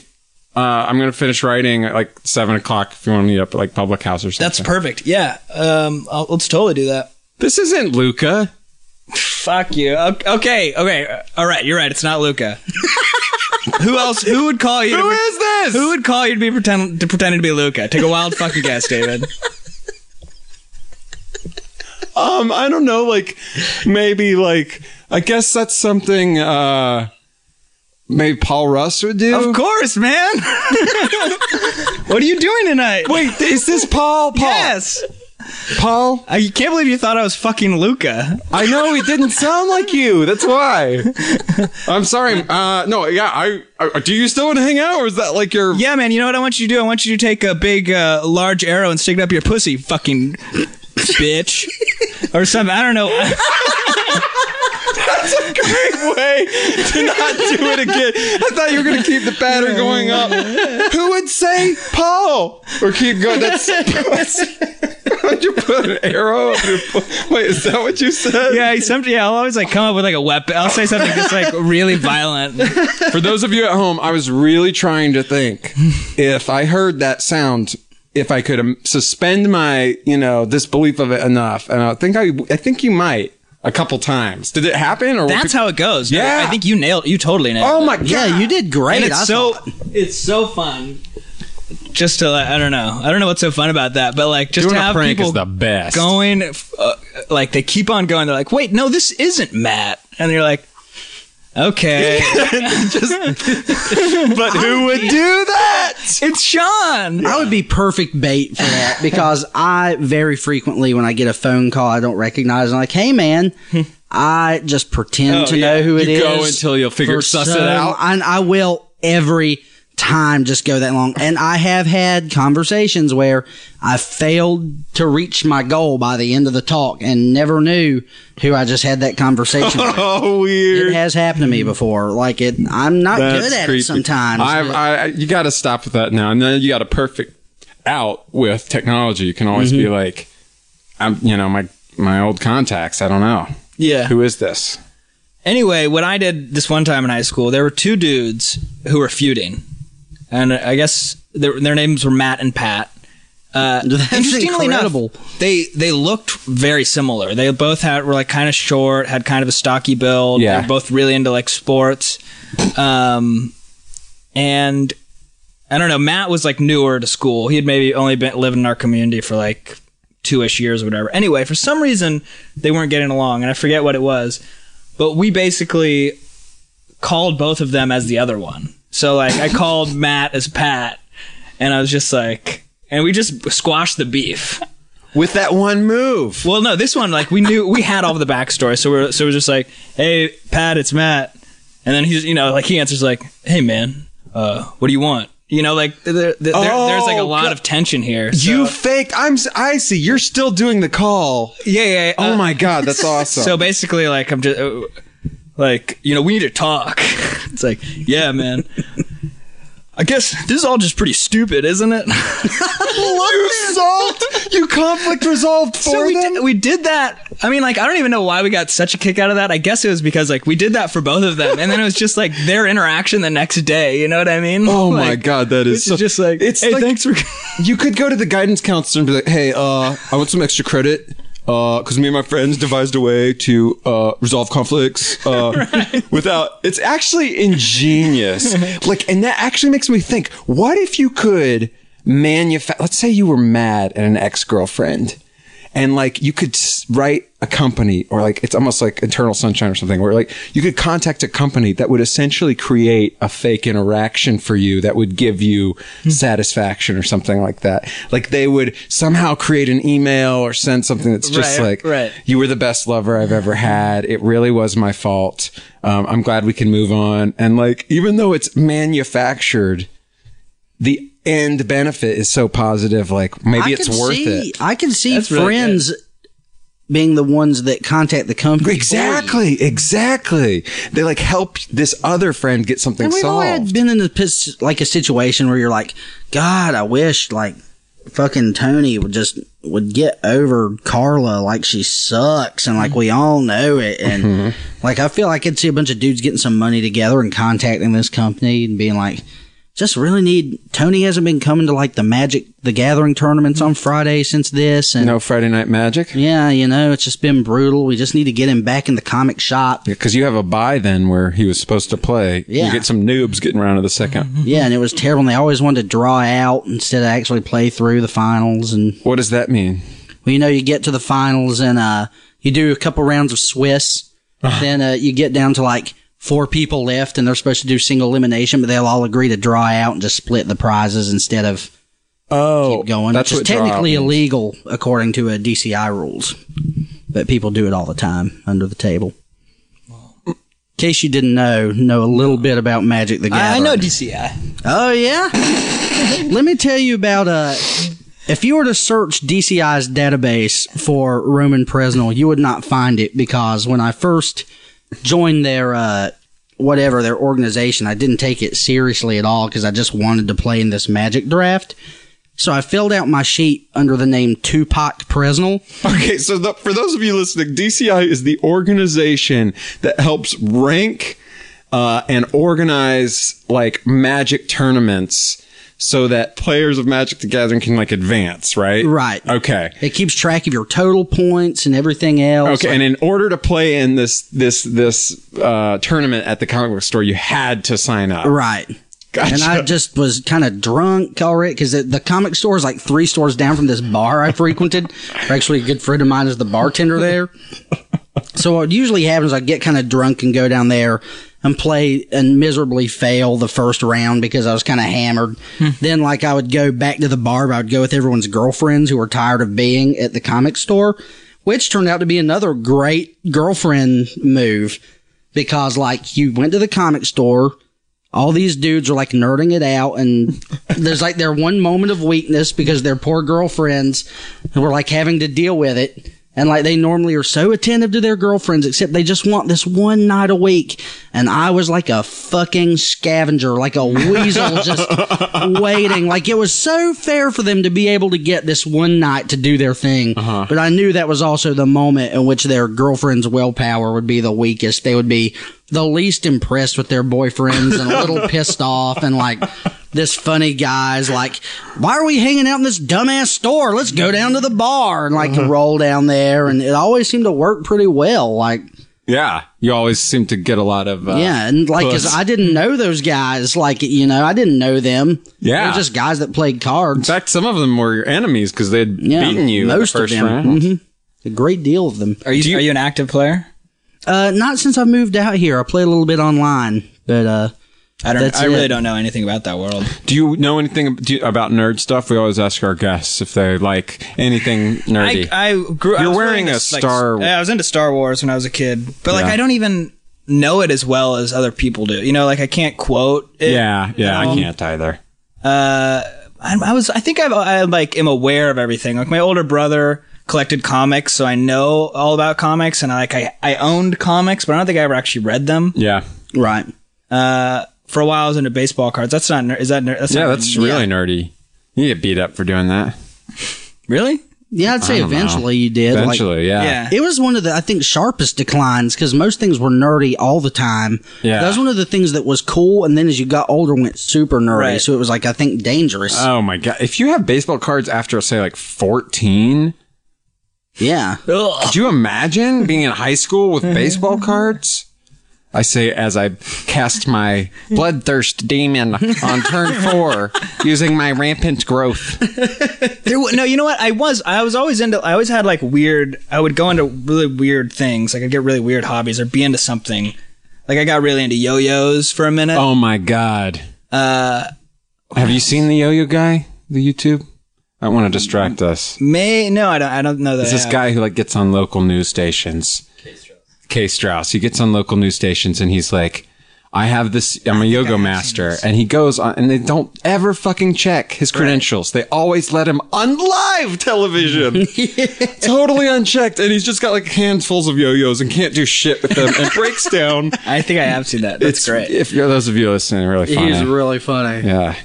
Speaker 2: Uh, I'm gonna finish writing at like seven o'clock. If you want to meet up at like public house or something.
Speaker 4: That's perfect. Yeah. Um. I'll, let's totally do that.
Speaker 2: this isn't Luca.
Speaker 4: Fuck you. O- Okay. Okay. All right. You're right. It's not Luca. Who else? Who would call you?
Speaker 2: Who
Speaker 4: to,
Speaker 2: is this?
Speaker 4: Who would call you to be pretend to pretending to be Luca? Take a wild fucking guess, David.
Speaker 2: Um, I don't know, like maybe like I guess that's something uh maybe Paul Russ would do.
Speaker 4: of course, man. what are you doing tonight?
Speaker 2: Wait, is this Paul? Paul?
Speaker 4: Yes.
Speaker 2: Paul?
Speaker 4: I can't believe you thought I was fucking Luca.
Speaker 2: I know he didn't sound like you. That's why. I'm sorry. Uh no, yeah, I, I do you still want to hang out or is that like your
Speaker 4: Yeah, man. You know what I want you to do? I want you to take a big, uh, large arrow and stick it up your pussy, fucking bitch, or something. I don't know.
Speaker 2: way to not do it again. I thought you were going to keep the pattern going up. Who would say Paul or keep going? That's, that's would you put an arrow? Up your, pu- wait, is that what you said?
Speaker 4: yeah, some, yeah. I'll always like come up with like a weapon. I'll say something that's like really violent.
Speaker 2: For those of you at home, I was really trying to think if I heard that sound. If I could um, suspend my, you know, disbelief of it enough, and I think I, I think you might a couple times. Did it happen, or were peop-
Speaker 4: That's how it goes.
Speaker 2: Yeah.
Speaker 4: I, think you nailed. You totally nailed.
Speaker 2: Oh
Speaker 4: it.
Speaker 2: my god!
Speaker 3: Yeah, you did great.
Speaker 4: And it's
Speaker 3: I
Speaker 4: so
Speaker 3: thought.
Speaker 4: it's so fun. Just to like, I don't know. I don't know what's so fun about that, but like just
Speaker 2: Doing
Speaker 4: to
Speaker 2: a
Speaker 4: have
Speaker 2: prank
Speaker 4: people
Speaker 2: is the best.
Speaker 4: going uh, like they keep on going. They're like, wait, no, this isn't Matt, and you're like. Okay,
Speaker 2: But who would do that?
Speaker 4: it's Sean. Oh,
Speaker 3: I would be perfect bait for that because I very frequently, when I get a phone call I don't recognize, I'm like, "Hey, man," I just pretend
Speaker 2: Oh,
Speaker 3: to
Speaker 2: yeah.
Speaker 3: know who it is.
Speaker 2: You go until you'll figure-
Speaker 3: for
Speaker 2: suss it
Speaker 3: so-
Speaker 2: out.
Speaker 3: and I will every time just go that long. And I have had conversations where I failed to reach my goal by the end of the talk and never knew who I just had that conversation. with.
Speaker 2: Oh, weird.
Speaker 3: It has happened to me before. Like it, I'm not good at
Speaker 2: creepy.
Speaker 3: it sometimes.
Speaker 2: I've, I, I- you got to stop with that now. And then you got to perfect out with technology. You can always
Speaker 4: Mm-hmm.
Speaker 2: be like, I'm, you know, my my old contacts. I don't know
Speaker 4: Yeah.
Speaker 2: who is this.
Speaker 4: Anyway, what I did this one time in high school, there were two dudes who were feuding, and I guess their, their names were Matt and Pat. Uh,
Speaker 3: That's
Speaker 4: interestingly
Speaker 3: incredible.
Speaker 4: enough, they they looked very similar. They both had were like kind of short, had kind of a stocky build.
Speaker 2: Yeah.
Speaker 4: They were both really into like sports, um, and I don't know. Matt was like newer to school. He had maybe only been living in our community for like two ish years or whatever. Anyway, for some reason they weren't getting along, and I forget what it was. But we basically called both of them as the other one. So like I called Matt as Pat, and I was just like, and we just squashed the beef.
Speaker 2: With that one move.
Speaker 4: Well, no, this one like we knew we had all the backstory, so we're so we're just like, hey Pat, it's Matt, and then he's you know like he answers like, hey man, uh, what do you want? You know, like there, there, there- there's like a
Speaker 2: Oh,
Speaker 4: lot
Speaker 2: God.
Speaker 4: of tension here. so-
Speaker 2: You faked. I'm. s- I see. You're still doing the call.
Speaker 4: yeah, yeah. yeah,
Speaker 2: oh
Speaker 4: uh,
Speaker 2: my god, that's awesome.
Speaker 4: So basically, like I'm just uh, like you know we need to talk. It's like yeah, man. I guess this is all just pretty stupid, isn't it?
Speaker 2: you solved. You conflict resolved for
Speaker 4: so we
Speaker 2: them.
Speaker 4: did, we did that. I mean, like I don't even know why we got such a kick out of that. I guess it was because like we did that for both of them, and then it was just like their interaction the next day. You know what I mean?
Speaker 2: Oh my
Speaker 4: Like,
Speaker 2: god, that is
Speaker 4: It's just like
Speaker 2: it's
Speaker 4: it's hey,
Speaker 2: like-
Speaker 4: thanks for.
Speaker 2: you could go to the guidance counselor and be like, "Hey, uh, I want some extra credit because me and my friends devised a way to uh, resolve conflicts uh, without." It's actually ingenious. like, and that actually makes me think: What if you could manufacture? Let's say you were mad at an ex-girlfriend. And like you could s- write a company, or like it's almost like Eternal Sunshine or something, where like you could contact a company that would essentially create a fake interaction for you that would give you
Speaker 3: Hmm.
Speaker 2: satisfaction or something like that. Like they would somehow create an email or send something that's just
Speaker 4: Right,
Speaker 2: like,
Speaker 4: right.
Speaker 2: you were the best lover I've ever had. It really was my fault. Um, I'm glad we can move on. And like, even though it's manufactured, the end benefit is so positive. Like maybe
Speaker 3: I
Speaker 2: it's
Speaker 3: could
Speaker 2: worth
Speaker 3: see,
Speaker 2: it.
Speaker 3: I can see
Speaker 4: That's really
Speaker 3: friends being the ones that contact the company. for you.
Speaker 2: Exactly, exactly. They like help this other friend get something
Speaker 3: And we've all had
Speaker 2: solved.
Speaker 3: been in a pis- like a situation where you're like, God, I wish like fucking Tony would just would get over Carla like she sucks and like we all know it and
Speaker 2: Mm-hmm.
Speaker 3: like I feel like I'd see a bunch of dudes getting some money together and contacting this company and being like just really need Tony hasn't been coming to like the Magic the Gathering tournaments on Friday since this and
Speaker 2: No Friday Night Magic?
Speaker 3: yeah, you know, it's just been brutal. We just need to get him back in the comic shop.
Speaker 2: Because you have a buy then where he was supposed to play.
Speaker 3: Yeah. Mm-hmm.
Speaker 2: You get some noobs getting around to the 2nd
Speaker 3: Yeah, and it was terrible and they always wanted to draw out instead of actually play through the finals and
Speaker 2: What does that mean?
Speaker 3: Well, you know, you get to the finals and uh, you do a couple rounds of Swiss. then uh, you get down to like four people left, and they're supposed to do single elimination, but they'll all agree to draw out and just split the prizes instead of
Speaker 2: Oh,
Speaker 3: keep going.
Speaker 2: That's
Speaker 3: which
Speaker 2: what
Speaker 3: is
Speaker 2: draw
Speaker 3: technically
Speaker 2: means.
Speaker 3: illegal according to uh, DCI rules, but people do it all the time under the table. In case you didn't know, know a little bit about Magic the Gathering.
Speaker 4: I, I know DCI.
Speaker 3: Oh yeah. Let me tell you about uh if you were to search DCI's database for Roman Presnell, you would not find it because when I first joined their uh whatever their organization, I didn't take it seriously at all cuz I just wanted to play in this magic draft. So I filled out my sheet under the name Tupac Presnell.
Speaker 2: Okay, so the, for those of you listening, DCI is the organization that helps rank uh, and organize like Magic tournaments so that players of Magic the Gathering can like advance, right?
Speaker 3: Right.
Speaker 2: Okay.
Speaker 3: It keeps track of your total points and everything else.
Speaker 2: Okay, and in order to play in this this this uh, tournament at the comic book store, you had to sign up.
Speaker 3: Right.
Speaker 2: Gotcha.
Speaker 3: And I just was kind of drunk already because the, the comic store is like three stores down from this bar I frequented. Actually, a good friend of mine is the bartender there. So what usually happens, I get kind of drunk and go down there and play and miserably fail the first round because I was kind of hammered. Then, like, I would go back to the bar. But I would go with everyone's girlfriends who were tired of being at the comic store, which turned out to be another great girlfriend move because, like, you went to the comic store. All these dudes are like nerding it out, and there's like their one moment of weakness because their poor girlfriends were like having to deal with it. And like they normally are so attentive to their girlfriends, except they just want this one night a week. And I was like a fucking scavenger, like a weasel, just waiting. Like it was so fair for them to be able to get this one night to do their thing.
Speaker 2: Uh-huh.
Speaker 3: But I knew that was also the moment in which their girlfriend's willpower would be the weakest. They would be the least impressed with their boyfriends and a little pissed off and like this funny guy's like, why are we hanging out in this dumbass store? Let's go down to the bar and
Speaker 2: Uh-huh.
Speaker 3: like roll down there. And it always seemed to work pretty well. Like,
Speaker 2: yeah, you always seem to get a lot of uh,
Speaker 3: yeah. And like, 'cause
Speaker 2: puss.
Speaker 3: I didn't know those guys. Like, you know, I didn't know them.
Speaker 2: Yeah.
Speaker 3: They're just guys that played cards.
Speaker 2: In fact, some of them were your enemies because they had
Speaker 3: Yeah,
Speaker 2: beaten you in the
Speaker 3: most of
Speaker 2: first
Speaker 3: them. Mm-hmm.
Speaker 2: round.
Speaker 3: a great deal of them.
Speaker 4: Are you,
Speaker 2: you-
Speaker 4: are you an active player?
Speaker 3: Uh, not since I moved out here. I play a little bit online, but uh,
Speaker 4: I don't.
Speaker 3: That's
Speaker 4: I really
Speaker 3: it.
Speaker 4: don't know anything about that world.
Speaker 2: Do you know anything do you- about nerd stuff? We always ask our guests if they like anything
Speaker 4: I,
Speaker 2: nerdy.
Speaker 4: I grew. I
Speaker 2: You're
Speaker 4: was
Speaker 2: wearing
Speaker 4: really
Speaker 2: a
Speaker 4: into, like,
Speaker 2: Star-
Speaker 4: Yeah, I was into Star Wars when I was a kid, but like
Speaker 2: Yeah.
Speaker 4: I don't even know it as well as other people do. You know, like I can't quote. It.
Speaker 2: yeah, yeah, I
Speaker 4: Um,
Speaker 2: can't either.
Speaker 4: Uh, I, I was. I think I've, I like am aware of everything. Like my older brother collected comics, so I know all about comics, and I like I, I owned comics, but I don't think I ever actually read them.
Speaker 2: Yeah,
Speaker 3: right.
Speaker 4: Uh, for a while I was into baseball cards. That's not. ner- Is that? ner- That's
Speaker 2: yeah,
Speaker 4: not-
Speaker 2: that's really nerdy. You get beat up for doing that.
Speaker 4: really.
Speaker 3: Yeah, I'd say eventually you did. like-
Speaker 2: Eventually, yeah.
Speaker 4: Yeah.
Speaker 3: it was one of the I think sharpest declines because most things were nerdy all the time.
Speaker 2: Yeah.
Speaker 3: that was one of the things that was cool, and then as you got older, went super nerdy.
Speaker 4: Right. Uh,
Speaker 3: So it was like I think dangerous.
Speaker 2: Oh my god! If you have baseball cards after say like fourteen,
Speaker 3: yeah,
Speaker 4: Ugh.
Speaker 2: could you imagine being in high school with baseball cards? I say as I cast my bloodthirst demon on turn four using my rampant growth.
Speaker 4: There, wa- no, you know what? I was I was always into I always had like weird. I would go into really weird things. Like I'd get really weird hobbies or be into something. Like I got really into yo-yos for a minute.
Speaker 2: Oh my god. Uh have you seen the yo-yo guy? The YouTube? I don't want to distract us.
Speaker 4: May no, I don't. I don't know that.
Speaker 2: It's
Speaker 4: I
Speaker 2: this
Speaker 4: have.
Speaker 2: guy who like gets on local news stations. K Strauss. He gets on local news stations and he's like, I have this, I'm a yoga master. And he goes on and they don't ever fucking check his credentials. They always let him on live television. totally unchecked. And he's just got like handfuls of yo-yos and can't do shit with them and breaks down.
Speaker 4: I think I have seen that. That's
Speaker 2: It's
Speaker 4: great.
Speaker 2: If those of you listening, really funny.
Speaker 3: really funny.
Speaker 2: yeah.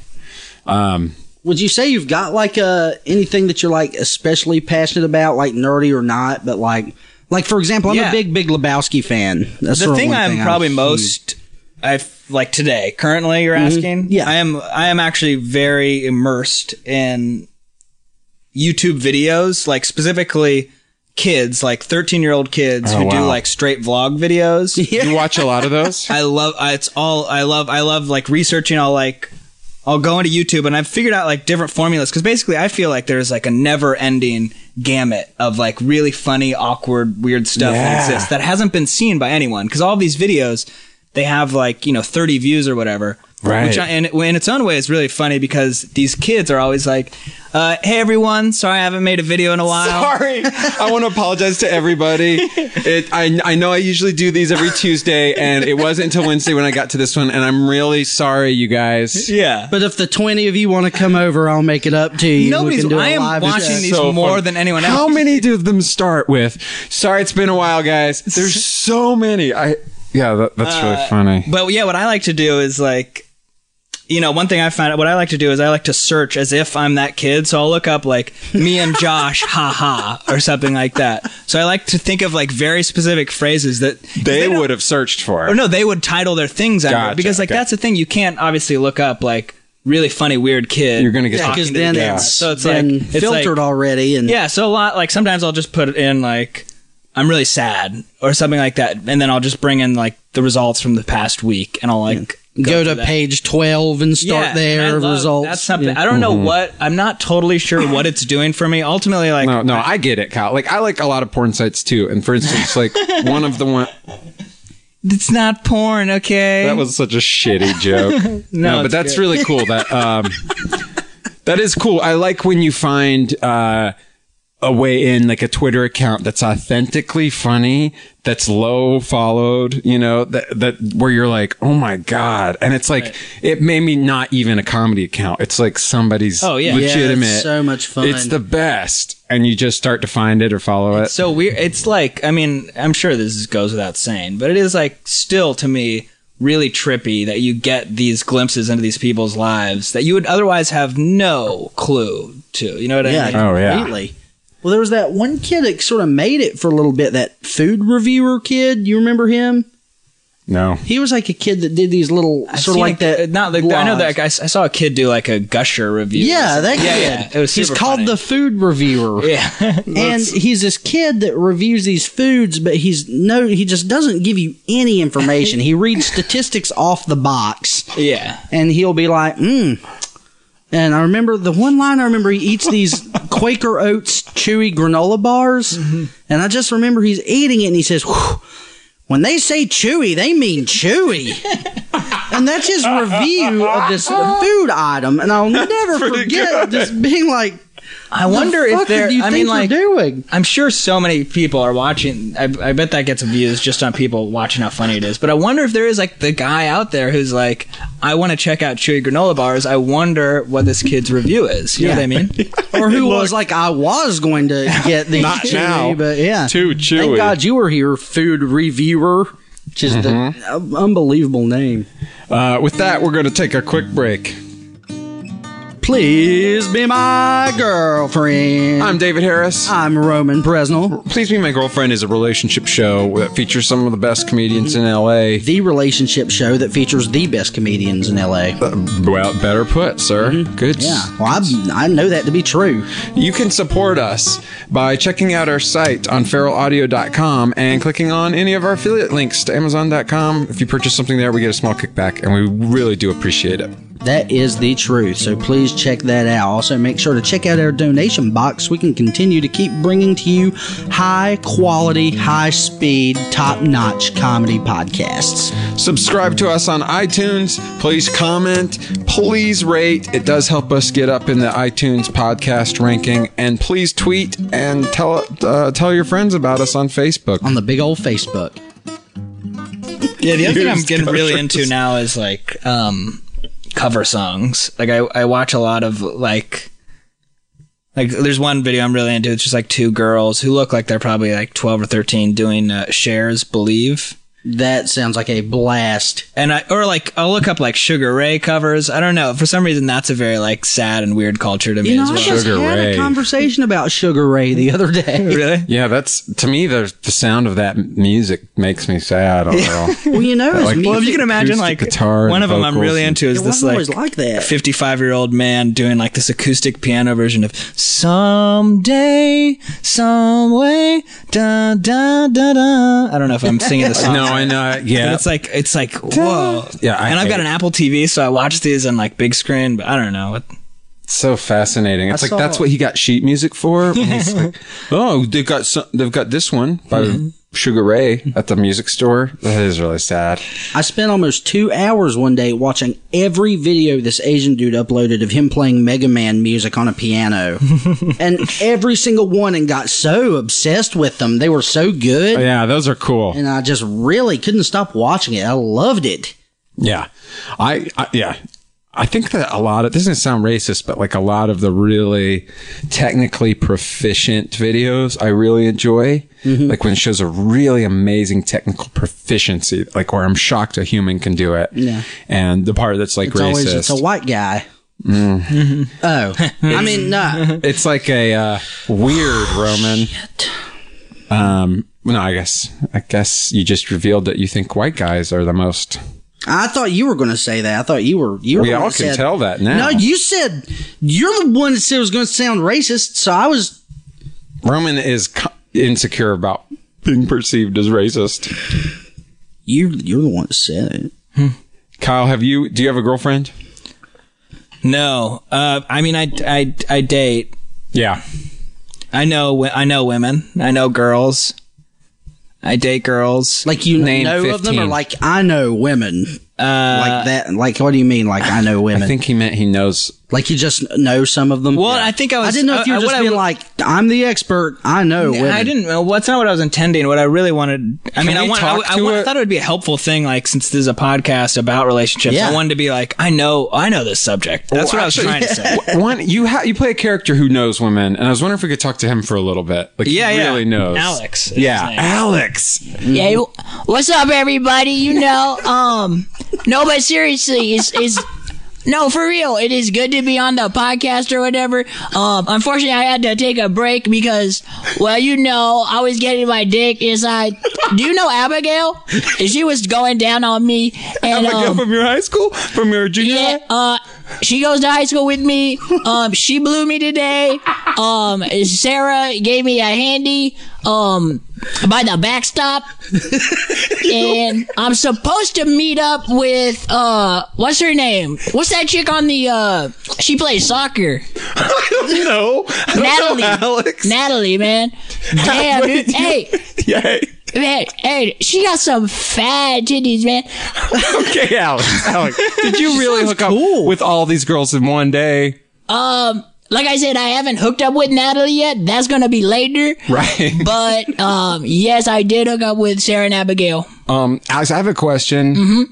Speaker 2: Um,
Speaker 3: Would you say you've got like uh anything that you're like especially passionate about, like nerdy or not? But like, like for example, I'm
Speaker 4: Yeah.
Speaker 3: a big Big Lebowski fan. That's
Speaker 4: The
Speaker 3: sort of
Speaker 4: thing
Speaker 3: one
Speaker 4: I'm
Speaker 3: thing
Speaker 4: probably
Speaker 3: huge-
Speaker 4: most I like today. Currently, you're asking.
Speaker 3: Mm-hmm. Yeah.
Speaker 4: I am. I am actually very immersed in YouTube videos, like specifically kids, like 13 year old kids
Speaker 3: Oh,
Speaker 4: who do
Speaker 2: wow.
Speaker 4: like straight vlog videos.
Speaker 2: You watch a lot of those?
Speaker 4: I love. I, it's all. I love. I love like researching. I'll like. I'll go into YouTube and I've figured out like different formulas because basically I feel like there's like a never ending gamut of like really funny, awkward, weird stuff that exists that hasn't been seen by anyone because all these videos they have like you know 30 views or whatever.
Speaker 2: Right.
Speaker 4: Which I, and in its own way is really funny because these kids are always like, uh, "Hey everyone, sorry I haven't made a video in a while."
Speaker 2: Sorry. I want to apologize to everybody. It, I, I know I usually do these every Tuesday, and it wasn't until Wednesday when I got to this one, and I'm really sorry, you guys.
Speaker 4: Yeah.
Speaker 3: But if the 20 of you want to come over, I'll make it up to you. we
Speaker 4: Nobody's.
Speaker 3: can do
Speaker 4: I
Speaker 3: a
Speaker 4: am
Speaker 3: live
Speaker 4: watching
Speaker 3: show.
Speaker 4: these more than anyone else.
Speaker 2: How many do them start with? Sorry, it's been a while, guys. There's so many. I yeah, that, that's
Speaker 4: Uh,
Speaker 2: really funny.
Speaker 4: But yeah, what I like to do is like, you know, one thing I found out what I like to do is I like to search as if I'm that kid. So I'll look up like me and Josh, haha, or something like that. So I like to think of like very specific phrases that
Speaker 2: They,
Speaker 4: don't-
Speaker 2: would have searched for it.
Speaker 4: or no, they would title their things under it.
Speaker 2: Gotcha,
Speaker 4: because like
Speaker 2: okay.
Speaker 4: that's the thing you can't obviously look up like really funny weird kid.
Speaker 2: You're gonna get
Speaker 3: Yeah,
Speaker 2: talking
Speaker 3: because
Speaker 2: to the
Speaker 3: then
Speaker 2: kids.
Speaker 3: it's,
Speaker 4: So it's
Speaker 3: then
Speaker 4: like- it's like-
Speaker 3: filtered already. And
Speaker 4: Yeah, so a lot like sometimes I'll just put in like I'm really sad or something like that, and then I'll just bring in like the results from the past week, and I'll like
Speaker 3: go, to
Speaker 4: through that.
Speaker 3: page 12 and start
Speaker 4: and I
Speaker 3: there.
Speaker 4: love-
Speaker 3: results.
Speaker 4: That's something.
Speaker 3: Yeah.
Speaker 4: I don't know
Speaker 2: Mm-hmm.
Speaker 4: what. I'm not totally sure what it's doing for me. Ultimately, like
Speaker 2: No, no, I get it, Kyle. Like I like a lot of porn sites too. And for instance, like one of the one
Speaker 4: it's not porn. Okay.
Speaker 2: that was such a shitty joke. no, but
Speaker 4: it's
Speaker 2: that's
Speaker 4: good.
Speaker 2: really cool. That um, that is cool. I like when you find uh, a way in, like a Twitter account that's authentically funny, that's low followed. You know that that where you're like, oh my god, and it's like it may be not even a comedy account. It's like somebody's
Speaker 4: Oh, yeah. Yeah,
Speaker 3: it's
Speaker 2: legitimate.
Speaker 3: so much fun.
Speaker 2: It's the best, and you just start to find it or follow it.
Speaker 4: so weird. It's like I mean, I'm sure this is- goes without saying, but it is like still to me really trippy that you get these glimpses into these people's lives that you would otherwise have no clue to. You know what I
Speaker 3: Yeah,
Speaker 4: mean?
Speaker 2: Oh, yeah.
Speaker 3: completely. Well, there was that one kid that sort of made it for a little bit. That food reviewer kid, you remember him?
Speaker 2: no.
Speaker 3: He was like a kid that did these little
Speaker 4: I've
Speaker 3: sort of
Speaker 4: seen
Speaker 3: like
Speaker 4: a-
Speaker 3: that.
Speaker 4: Not like I know
Speaker 3: blogs.
Speaker 4: that I, I saw a kid do like a gusher review.
Speaker 3: Yeah, that kid.
Speaker 4: Yeah, yeah. It was
Speaker 3: he's
Speaker 4: super
Speaker 3: called
Speaker 4: funny.
Speaker 3: the food reviewer,
Speaker 4: Yeah.
Speaker 3: and he's this kid that reviews these foods, but he's no, he just doesn't give you any information. he reads statistics off the box,
Speaker 4: yeah.
Speaker 3: and he'll be like, mm. And I remember the one line I remember he eats these Quaker Oats chewy granola bars.
Speaker 4: Mm-hmm.
Speaker 3: And I just remember he's eating it and he says, "Whew, when they say chewy, they mean chewy. and that's his review of this food item. And I'll never forget just being like,
Speaker 4: I wonder
Speaker 3: the
Speaker 4: if
Speaker 3: fuck
Speaker 4: they're.
Speaker 3: did you
Speaker 4: I
Speaker 3: think
Speaker 4: mean,
Speaker 3: you're
Speaker 4: like,
Speaker 3: doing?
Speaker 4: I'm sure so many people are watching. I, I bet that gets views just on people watching how funny it is. But I wonder if there is like the guy out there who's like, I want to check out chewy granola bars. I wonder what this kid's review is. You know what I mean?
Speaker 3: Or who was like, I was going to get these
Speaker 2: Not
Speaker 3: chewy,
Speaker 2: now.
Speaker 3: but yeah.
Speaker 2: Too
Speaker 3: Thank
Speaker 2: chewy.
Speaker 3: God you were here, food reviewer, which is the uh, unbelievable name.
Speaker 2: Uh, with that, we're going to take a quick break.
Speaker 3: Please be my girlfriend.
Speaker 2: I'm David Harris.
Speaker 3: I'm Roman Presnell,
Speaker 2: Please Be My Girlfriend is a relationship show that features some of the best comedians in LA.
Speaker 3: the relationship show that features the best comedians in LA.
Speaker 2: Well, better put, sir. Good.
Speaker 3: yeah, well, I, I know that to be true.
Speaker 2: You can support us by checking out our site on feralaudio.com and clicking on any of our affiliate links to amazon.com. If you purchase something there, we get a small kickback, and we really do appreciate it.
Speaker 3: That is the truth. So please check that out. Also, make sure to check out our donation box. We can continue to keep bringing to you high quality, high speed, top notch comedy podcasts.
Speaker 2: Subscribe to us on iTunes. Please comment. Please rate. It does help us get up in the iTunes podcast ranking. And please tweet and tell uh, tell your friends about us on Facebook.
Speaker 3: on the big old Facebook.
Speaker 4: Yeah, the other thing I'm getting really into now is like um cover songs. Like I, I watch a lot of like like there's one video I'm really into. It's just like two girls who look like they're probably like 12 or 13 doing uh, shares believe.
Speaker 3: That sounds like a blast.
Speaker 4: and I or like I'll look up like Sugar Ray covers. I don't know. For some reason, that's a very like sad and weird culture to me
Speaker 3: You know,
Speaker 4: as
Speaker 3: I
Speaker 4: well.
Speaker 3: just
Speaker 2: Sugar
Speaker 3: had
Speaker 2: Ray.
Speaker 3: a conversation about Sugar Ray the other day.
Speaker 4: really?
Speaker 2: Yeah, that's to me the the sound of that m- music makes me sad. Overall,
Speaker 3: Well, you know, it's
Speaker 2: Like,
Speaker 3: music.
Speaker 4: Well, if you can imagine, like
Speaker 2: Acoustic guitar
Speaker 4: one
Speaker 2: and
Speaker 4: of them I'm
Speaker 2: vocals
Speaker 4: really
Speaker 2: and-
Speaker 4: into is
Speaker 3: it
Speaker 4: this
Speaker 3: wasn't always
Speaker 4: like
Speaker 3: like that.
Speaker 4: 55 year old man doing like this acoustic piano version of someday, some way, da da da da. I don't know if I'm singing the song.
Speaker 2: no, I know.
Speaker 4: But
Speaker 2: Yeah,
Speaker 4: it's like it's like whoa.
Speaker 2: Yeah, I
Speaker 4: and I've got
Speaker 2: hate
Speaker 4: an Apple TV, so I watch these on like big screen. But I don't know.
Speaker 2: It's so fascinating. It's
Speaker 3: I
Speaker 2: like
Speaker 3: saw-
Speaker 2: that's what he got sheet music for. And he's like, oh, they've got some, they've got this one by
Speaker 3: Mm-hmm.
Speaker 2: Sugar Ray at the music store. That is really sad.
Speaker 3: I spent almost two hours one day watching every video this Asian dude uploaded of him playing Mega Man music on a piano. and every single one and got so obsessed with them. They were so good.
Speaker 2: Oh, Yeah, those are cool.
Speaker 3: And I just really couldn't stop watching it. I loved it.
Speaker 2: Yeah, I, I yeah. I think that a lot of this doesn't sound racist, but like a lot of the really technically proficient videos I really enjoy.
Speaker 3: Mm-hmm.
Speaker 2: Like when it shows a really amazing technical proficiency, like where I'm shocked a human can do it. Yeah. And the part that's like
Speaker 3: It's
Speaker 2: racist. Mm.
Speaker 3: always it's a white guy. Oh, I mean, no.
Speaker 2: It's like a uh, weird
Speaker 3: Oh,
Speaker 2: Roman. Um, no, I guess I guess you just revealed that you think white guys are the most.
Speaker 3: I thought you were going to say that. I thought you were. You were
Speaker 2: We
Speaker 3: the one
Speaker 2: all
Speaker 3: that
Speaker 2: can
Speaker 3: said-
Speaker 2: tell that now.
Speaker 3: No, you said you're the one that said it was going to sound racist. So I was
Speaker 2: Roman is co- insecure about being perceived as racist.
Speaker 3: you. You're the one that said it.
Speaker 2: Kyle, have you? Do you have a girlfriend?
Speaker 4: No, uh, I mean I, I I date.
Speaker 2: Yeah,
Speaker 4: I know wi- I know women. I know girls. I date girls.
Speaker 3: Like you
Speaker 2: Name
Speaker 3: know of them, or
Speaker 2: 15.
Speaker 3: like I know women,
Speaker 4: Uh,
Speaker 3: like that. Like what do you mean? Like I know women?
Speaker 2: I think he meant he knows.
Speaker 3: like you just know some of them.
Speaker 4: Well, I think I was-
Speaker 3: I didn't know if you
Speaker 4: I-
Speaker 3: were
Speaker 4: I-
Speaker 3: just
Speaker 4: what I
Speaker 3: being
Speaker 4: w-
Speaker 3: like, I'm the expert. I know women.
Speaker 4: I didn't. Well, that's not what I was intending. What I really wanted. I mean, I
Speaker 2: we
Speaker 4: want. I,
Speaker 2: talk
Speaker 4: I
Speaker 2: to
Speaker 4: want-
Speaker 2: a-
Speaker 4: thought it would be a helpful thing. Like since this is a podcast about relationships,
Speaker 3: Yeah.
Speaker 4: I wanted to be like, I know, I know this subject. That's what I was trying to say.
Speaker 2: One, you ha- you play a character who knows women, and I was wondering if we could talk to him for a little bit. Like,
Speaker 4: Yeah,
Speaker 2: he
Speaker 4: yeah.
Speaker 2: really knows.
Speaker 4: Alex is
Speaker 2: Yeah,
Speaker 4: his name.
Speaker 2: Alex.
Speaker 5: Yeah,
Speaker 2: Mm-hmm.
Speaker 5: what's up, everybody? You know, um, no, but seriously, is is no for real. It is good to be on the podcast or whatever. Um, unfortunately, I had to take a break because, well, you know, I was getting my dick inside. Do you know Abigail? She was going down on me, and
Speaker 2: Abigail
Speaker 5: um,
Speaker 2: from your high school, from your junior.
Speaker 5: yeah,
Speaker 2: high?
Speaker 5: uh, she goes to high school with me. Um, she blew me today. Um, Sarah gave me a handy, um, by the backstop. And I'm supposed to meet up with, uh, what's her name? What's that chick on the, uh, she plays soccer.
Speaker 2: No, I don't know
Speaker 5: Natalie.
Speaker 2: Alex.
Speaker 5: Natalie, man. Damn, dude. Hey,
Speaker 2: Yay.
Speaker 5: man, hey, she got some fat titties, man.
Speaker 2: Okay, Alex. Alex, did you really hook up with all these girls in one day?
Speaker 5: Like I said, I haven't hooked up with Natalie yet. That's gonna be later.
Speaker 2: Right.
Speaker 5: But um, yes, I did hook up with Sarah and Abigail.
Speaker 2: Um, Alex, I have a question.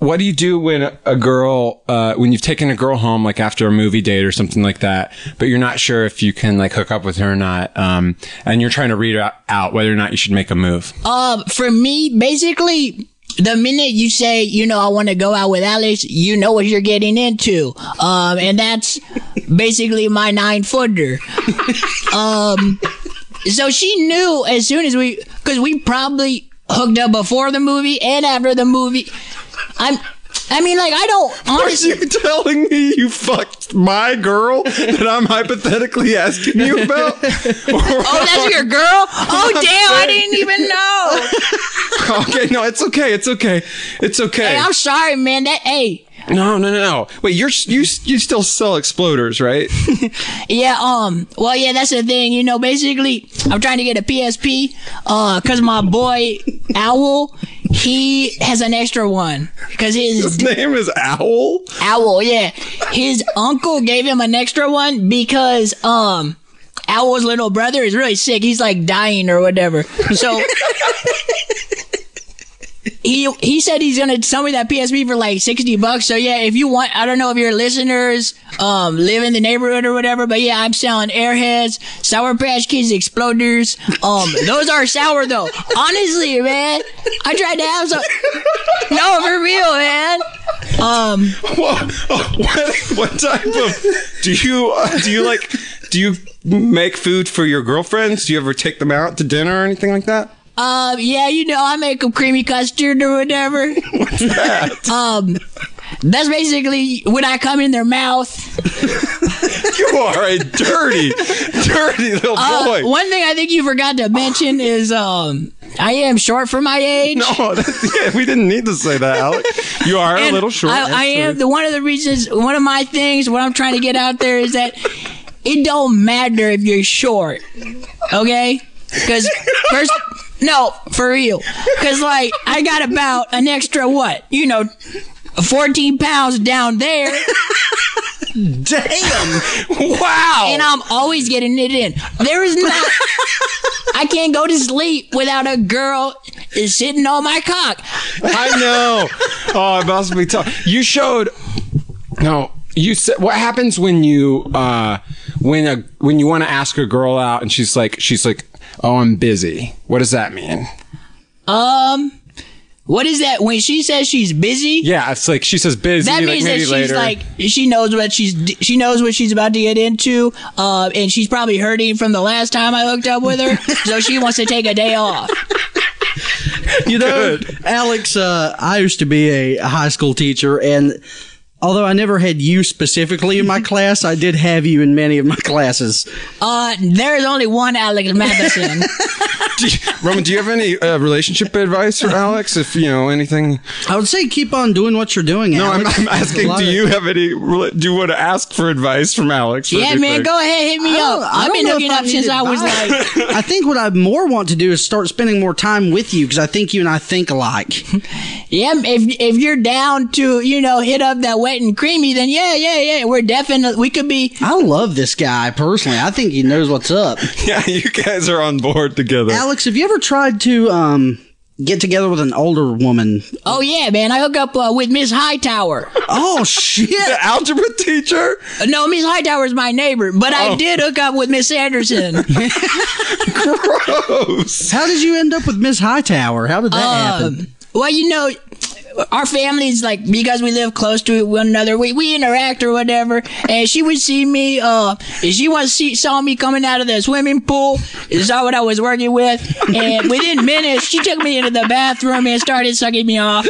Speaker 2: What do you do when a girl, uh, when you've taken a girl home, like after a movie date or something like that, but you're not sure if you can like hook up with her or not, um, and you're trying to read out, out whether or not you should make a move?
Speaker 5: Um, for me, basically, the minute you say, you know, I want to go out with Alex, you know what you're getting into. Um, and that's basically my nine footer. Um, so she knew as soon as we, because we probably hooked up before the movie and after the movie. I'm, I mean, like, I don't honestly.
Speaker 2: you telling me you fucked my girl that I'm hypothetically asking you about?
Speaker 5: Oh, that's your girl? Oh, damn, I didn't even know.
Speaker 2: okay, no, it's okay, it's okay, it's okay.
Speaker 5: Hey, I'm sorry, man. That hey,
Speaker 2: No, no, no, no. Wait, you're you you still sell exploders, right?
Speaker 5: yeah, um, well, yeah, that's the thing, you know. Basically, I'm trying to get a PSP, uh, cause my boy Owl, he has an extra one, cause his
Speaker 2: His name is Owl.
Speaker 5: Owl, yeah, his uncle gave him an extra one because um, Owl's little brother is really sick. He's like dying or whatever, so. he he said he's gonna sell me that PSP for like sixty bucks. So yeah, if you want, I don't know if your listeners uh, um, live in the neighborhood or whatever. But yeah, I'm selling airheads, Sour Patch Kids, exploders. Um, those are sour though. Honestly, man, I tried to have some. No, for real, man. Um,
Speaker 2: Whoa, oh, what, what type of do you uh, do you like? Do you make food for your girlfriends? Do you ever take them out to dinner or anything like that?
Speaker 5: Um, yeah, you know, I make a creamy custard or whatever. What's that? Um, that's basically when I come in their mouth.
Speaker 2: You are a dirty, dirty little
Speaker 5: Uh,
Speaker 2: boy.
Speaker 5: One thing I think you forgot to mention is, um, I am short for my age.
Speaker 2: No, that's, yeah, we didn't need to say that, Alec. You are a
Speaker 5: And
Speaker 2: little short.
Speaker 5: I, I am the one of the reasons. One of my things, what I'm trying to get out there is that it don't matter if you're short, okay? Because first, no, for real. Because like I got about an extra what, you know, 14 pounds down there,
Speaker 2: wow.
Speaker 5: and I'm always getting it in. There is not. I can't go to sleep without a girl is sitting on my cock.
Speaker 2: I know. Oh, it must be tough. You showed. No, you said what happens when you uh when a when you want to ask a girl out and she's like she's like oh I'm busy. What does that mean?
Speaker 5: Um, what is that? When she says she's busy,
Speaker 2: Yeah, it's like she says busy.
Speaker 5: That
Speaker 2: like,
Speaker 5: means that
Speaker 2: maybe
Speaker 5: she's
Speaker 2: later.
Speaker 5: like she knows what she's she knows what she's about to get into, uh, and she's probably hurting from the last time I hooked up with her, so she wants to take a day off.
Speaker 3: you know, Alex, uh, I used to be a high school teacher, and although I never had you specifically in my class, I did have you in many of my classes.
Speaker 5: Uh, there is only one Alex Matheson.
Speaker 2: Do you- Roman, do you have any uh, relationship advice for Alex? If you know anything,
Speaker 3: I would say keep on doing what you're doing.
Speaker 2: no, I'm,
Speaker 3: Alex.
Speaker 2: I'm
Speaker 3: There's a
Speaker 2: asking.
Speaker 3: lot
Speaker 2: Do
Speaker 3: of-
Speaker 2: you have any? rela- Do you want to ask for advice from Alex? What do
Speaker 5: yeah,
Speaker 2: you
Speaker 5: man,
Speaker 2: think?
Speaker 5: go ahead, hit me
Speaker 3: I
Speaker 5: up.
Speaker 3: don't- I
Speaker 5: I've
Speaker 3: don't
Speaker 5: been
Speaker 3: know
Speaker 5: hooking
Speaker 3: if I
Speaker 5: up since
Speaker 3: need
Speaker 5: I was
Speaker 3: advice.
Speaker 5: like,
Speaker 3: I think what I more want to do is start spending more time with you because I think you and I think alike.
Speaker 5: yeah, if if you're down to you know hit up that wet and creamy, then yeah, yeah, yeah, we're definitely we could be.
Speaker 3: I love this guy personally. I think he knows what's up.
Speaker 2: Yeah, you guys are on board together.
Speaker 3: Alex, have you ever tried to um, get together with an older woman?
Speaker 5: Oh yeah, man, I hook up uh, with Miss Hightower.
Speaker 3: Oh shit!
Speaker 2: the algebra teacher.
Speaker 5: Uh, No, Miss Hightower is my neighbor, but I did hook up with Miss Anderson.
Speaker 3: How did you end up with Miss Hightower? How did that happen?
Speaker 5: Um, well, you know, our families like because we live close to one another, we, we interact or whatever. And she would see me. Uh, and she once see, saw me coming out of the swimming pool. Is saw what I was working with, and within minutes, she took me into the bathroom and started sucking me off.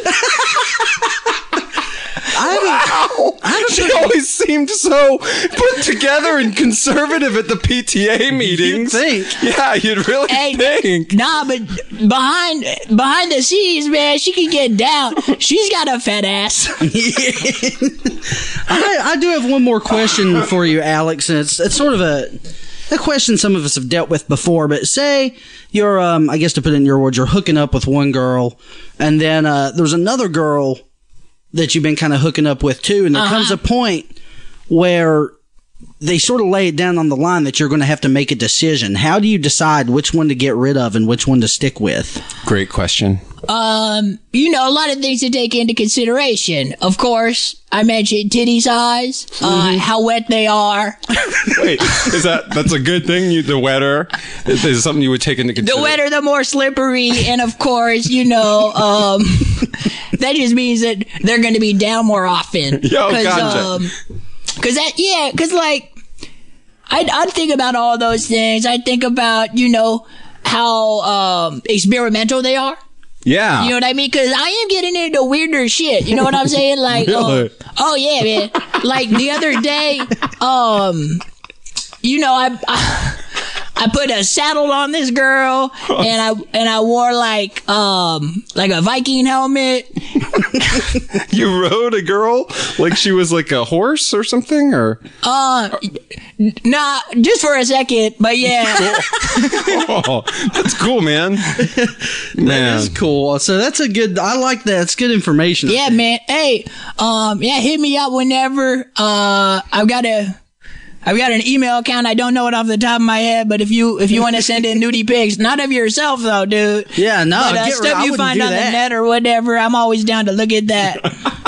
Speaker 2: She always seemed so put together and conservative at the PTA meetings.
Speaker 3: think.
Speaker 2: Yeah, you'd really
Speaker 5: Hey,
Speaker 2: think.
Speaker 5: Nah, but behind behind the scenes, man, she can get down. She's got a fat ass.
Speaker 3: I, I do have one more question for you, Alex, and it's it's sort of a a question some of us have dealt with before. But say you're, um, I guess to put it in your words, you're hooking up with one girl, and then uh, there's another girl that you've been kind of hooking up with too, and there comes
Speaker 5: Uh-huh.
Speaker 3: a point where they sort of lay it down on the line that you're going to have to make a decision. How do you decide which one to get rid of and which one to stick with?
Speaker 2: Great question.
Speaker 5: um, you know, a lot of things to take into consideration. Of course, I mentioned titty size,
Speaker 2: Mm-hmm.
Speaker 5: uh, how wet they are.
Speaker 2: Wait, is that that's a good thing? You the wetter is, is something you would take into
Speaker 5: The
Speaker 2: consideration.
Speaker 5: wetter, the more slippery, and of course, you know, um, that just means that they're going to be down more often. um,
Speaker 2: Yo, gotcha.
Speaker 5: cause that, yeah, cause like, I I think about all those things. I think about you know how um, experimental they are.
Speaker 2: Yeah.
Speaker 5: You know what I mean? Because I am getting into weirder shit. You know what I'm saying? Like,
Speaker 2: Really?
Speaker 5: uh, oh yeah, man. Like the other day, um, you know, I, I I put a saddle on this girl, and I and I wore like um like a Viking helmet.
Speaker 2: you rode a girl like she was like a horse or something, or
Speaker 5: Nah, just for a second, but yeah.
Speaker 2: oh, that's cool, man. Man,
Speaker 3: That's cool. So that's a good. I like that. It's good information.
Speaker 5: Yeah, man. Hey, um, yeah, hit me up whenever. Uh, I've got a, I've got an email account. I don't know it off the top of my head, but if you if you want to send in nudie pics, not of yourself though, dude.
Speaker 3: Yeah, no,
Speaker 5: but, uh,
Speaker 3: get rid-
Speaker 5: stuff
Speaker 3: I
Speaker 5: you
Speaker 3: wouldn't
Speaker 5: find
Speaker 3: do
Speaker 5: on the
Speaker 3: that.
Speaker 5: net or whatever. I'm always down to look at that.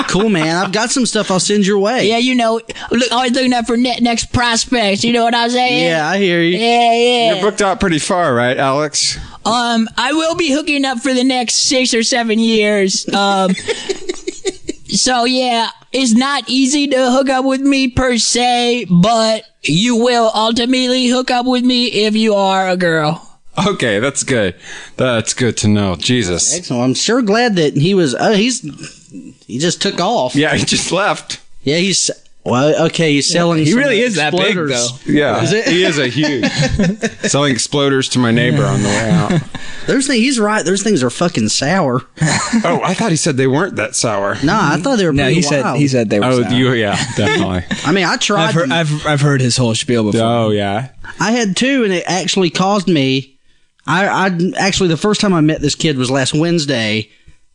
Speaker 3: cool, man. I've got some stuff I'll send your way.
Speaker 5: Yeah, you know, look, always looking up for ne- next prospects. You know what I'm saying?
Speaker 3: Yeah, I hear you.
Speaker 5: Yeah, yeah.
Speaker 2: You're booked out pretty far, right, Alex?
Speaker 5: Um, I will be hooking up for the next six or seven years. Um, so yeah, it's not easy to hook up with me per se, but you will ultimately hook up with me if you are a girl.
Speaker 2: Okay, that's good. That's good to know. Jesus.
Speaker 3: Excellent. I'm sure glad that he was. Uh, he's he just took off.
Speaker 2: Yeah, he just left.
Speaker 3: Yeah, he's well. Okay, he's selling.
Speaker 4: He
Speaker 3: some uh,
Speaker 4: really is that big,
Speaker 3: exploders.
Speaker 4: though.
Speaker 2: Yeah, he is a huge selling exploders to my neighbor on the way out.
Speaker 3: Those things. He's right. Those things are fucking sour.
Speaker 2: Oh, I thought he said they weren't that sour.
Speaker 3: Nah, I thought they were.
Speaker 4: No,
Speaker 3: pretty
Speaker 4: he said
Speaker 3: wild.
Speaker 4: he said they were.
Speaker 2: Oh,
Speaker 4: sour.
Speaker 2: you yeah, definitely.
Speaker 3: I mean, I tried.
Speaker 4: I've heard,
Speaker 3: them.
Speaker 4: I've, I've heard his whole spiel before.
Speaker 2: oh yeah.
Speaker 3: I had two, and it actually caused me. I, I actually the first time I met this kid was last Wednesday,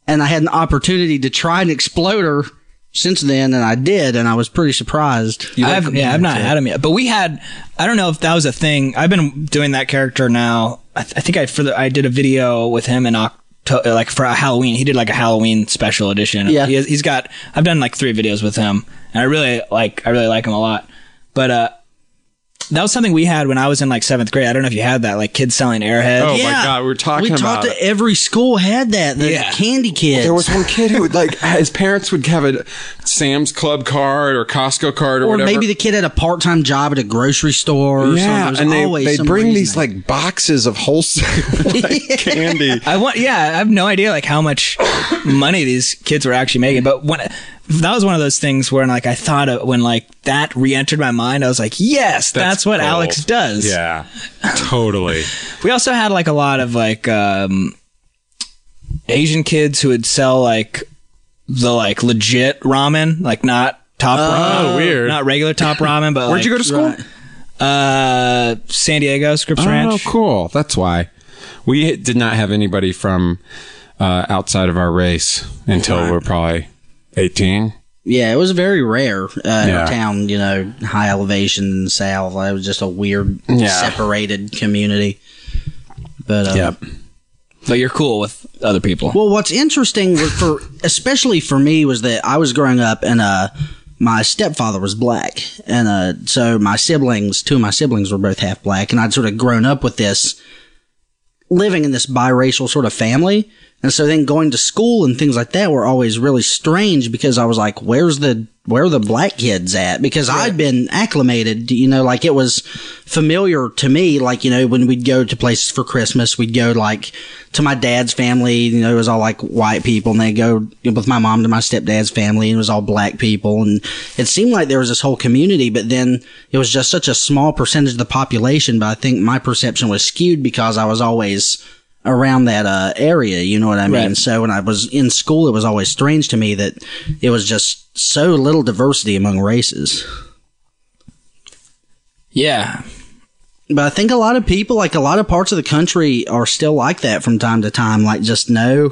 Speaker 3: and I had an opportunity to try an exploder. Since then, and I did, and I was pretty surprised.
Speaker 4: I've, yeah, I've not had him yet. But we had. I don't know if that was a thing. I've been doing that character now. I, th- I think I for the, I did a video with him in October, like for Halloween. He did like a Halloween special edition.
Speaker 3: Yeah.
Speaker 4: he, he's got. I've done like three videos with him, and I really like. I really like him a lot. But uh, that was something we had when I was in like seventh grade. I don't know if you had that, like kids selling airheads.
Speaker 2: Oh my God, we were talking
Speaker 3: We
Speaker 2: about
Speaker 3: taught
Speaker 2: it.
Speaker 3: that every school had that. The
Speaker 4: Yeah.
Speaker 3: candy kids.
Speaker 2: There was one kid who would like his parents would have a Sam's Club card or Costco card or,
Speaker 3: or
Speaker 2: whatever.
Speaker 3: maybe the kid had a part-time job at a grocery store. Or
Speaker 2: yeah,
Speaker 3: something.
Speaker 2: and
Speaker 3: There's
Speaker 2: they
Speaker 3: always
Speaker 2: they
Speaker 3: some
Speaker 2: bring
Speaker 3: reason
Speaker 2: these
Speaker 3: they-
Speaker 2: like boxes of wholesale like, candy.
Speaker 4: I want, yeah, I have no idea like how much money these kids were actually making, but when that was one of those things where like I thought of, when like that re-entered my mind, I was like, yes, that's, what
Speaker 2: cold.
Speaker 4: Alex does.
Speaker 2: Yeah, totally.
Speaker 4: We also had like a lot of like um Asian kids who would sell like the like legit ramen, like not top ramen,
Speaker 2: Oh, weird.
Speaker 4: not regular top ramen, but
Speaker 2: Where'd you go to school?
Speaker 4: to uh San Diego Scripps
Speaker 2: Oh,
Speaker 4: Ranch?
Speaker 2: cool. That's why we did not have anybody from uh, outside of our race until we're probably eighteen.
Speaker 3: Yeah, it was very rare uh, in
Speaker 2: Yeah.
Speaker 3: our town. You know, high elevation in the south. It was just a weird,
Speaker 2: Yeah.
Speaker 3: separated community. But uh,
Speaker 4: But you're cool with other people.
Speaker 3: Well, what's interesting was for especially for me was that I was growing up and uh my stepfather was black and uh so my siblings, two of my siblings were both half black and I'd sort of grown up with this living in this biracial sort of family. And so then going to school and things like that were always really strange because I was like, where's the, where are the black kids at? Because I'd been acclimated, you know, like it was familiar to me. Like, you know, when we'd go to places for Christmas, we'd go like to my dad's family, you know, it was all like white people and they go with my mom to my stepdad's family and it was all black people. And it seemed like there was this whole community, but then it was just such a small percentage of the population. But I think my perception was skewed because I was always around that uh, area. You know what I mean?
Speaker 4: Right.
Speaker 3: So when I was in school, it was always strange to me that it was just so little diversity among races.
Speaker 4: Yeah.
Speaker 3: But I think a lot of people, like a lot of parts of the country, are still like that from time to time. Like just no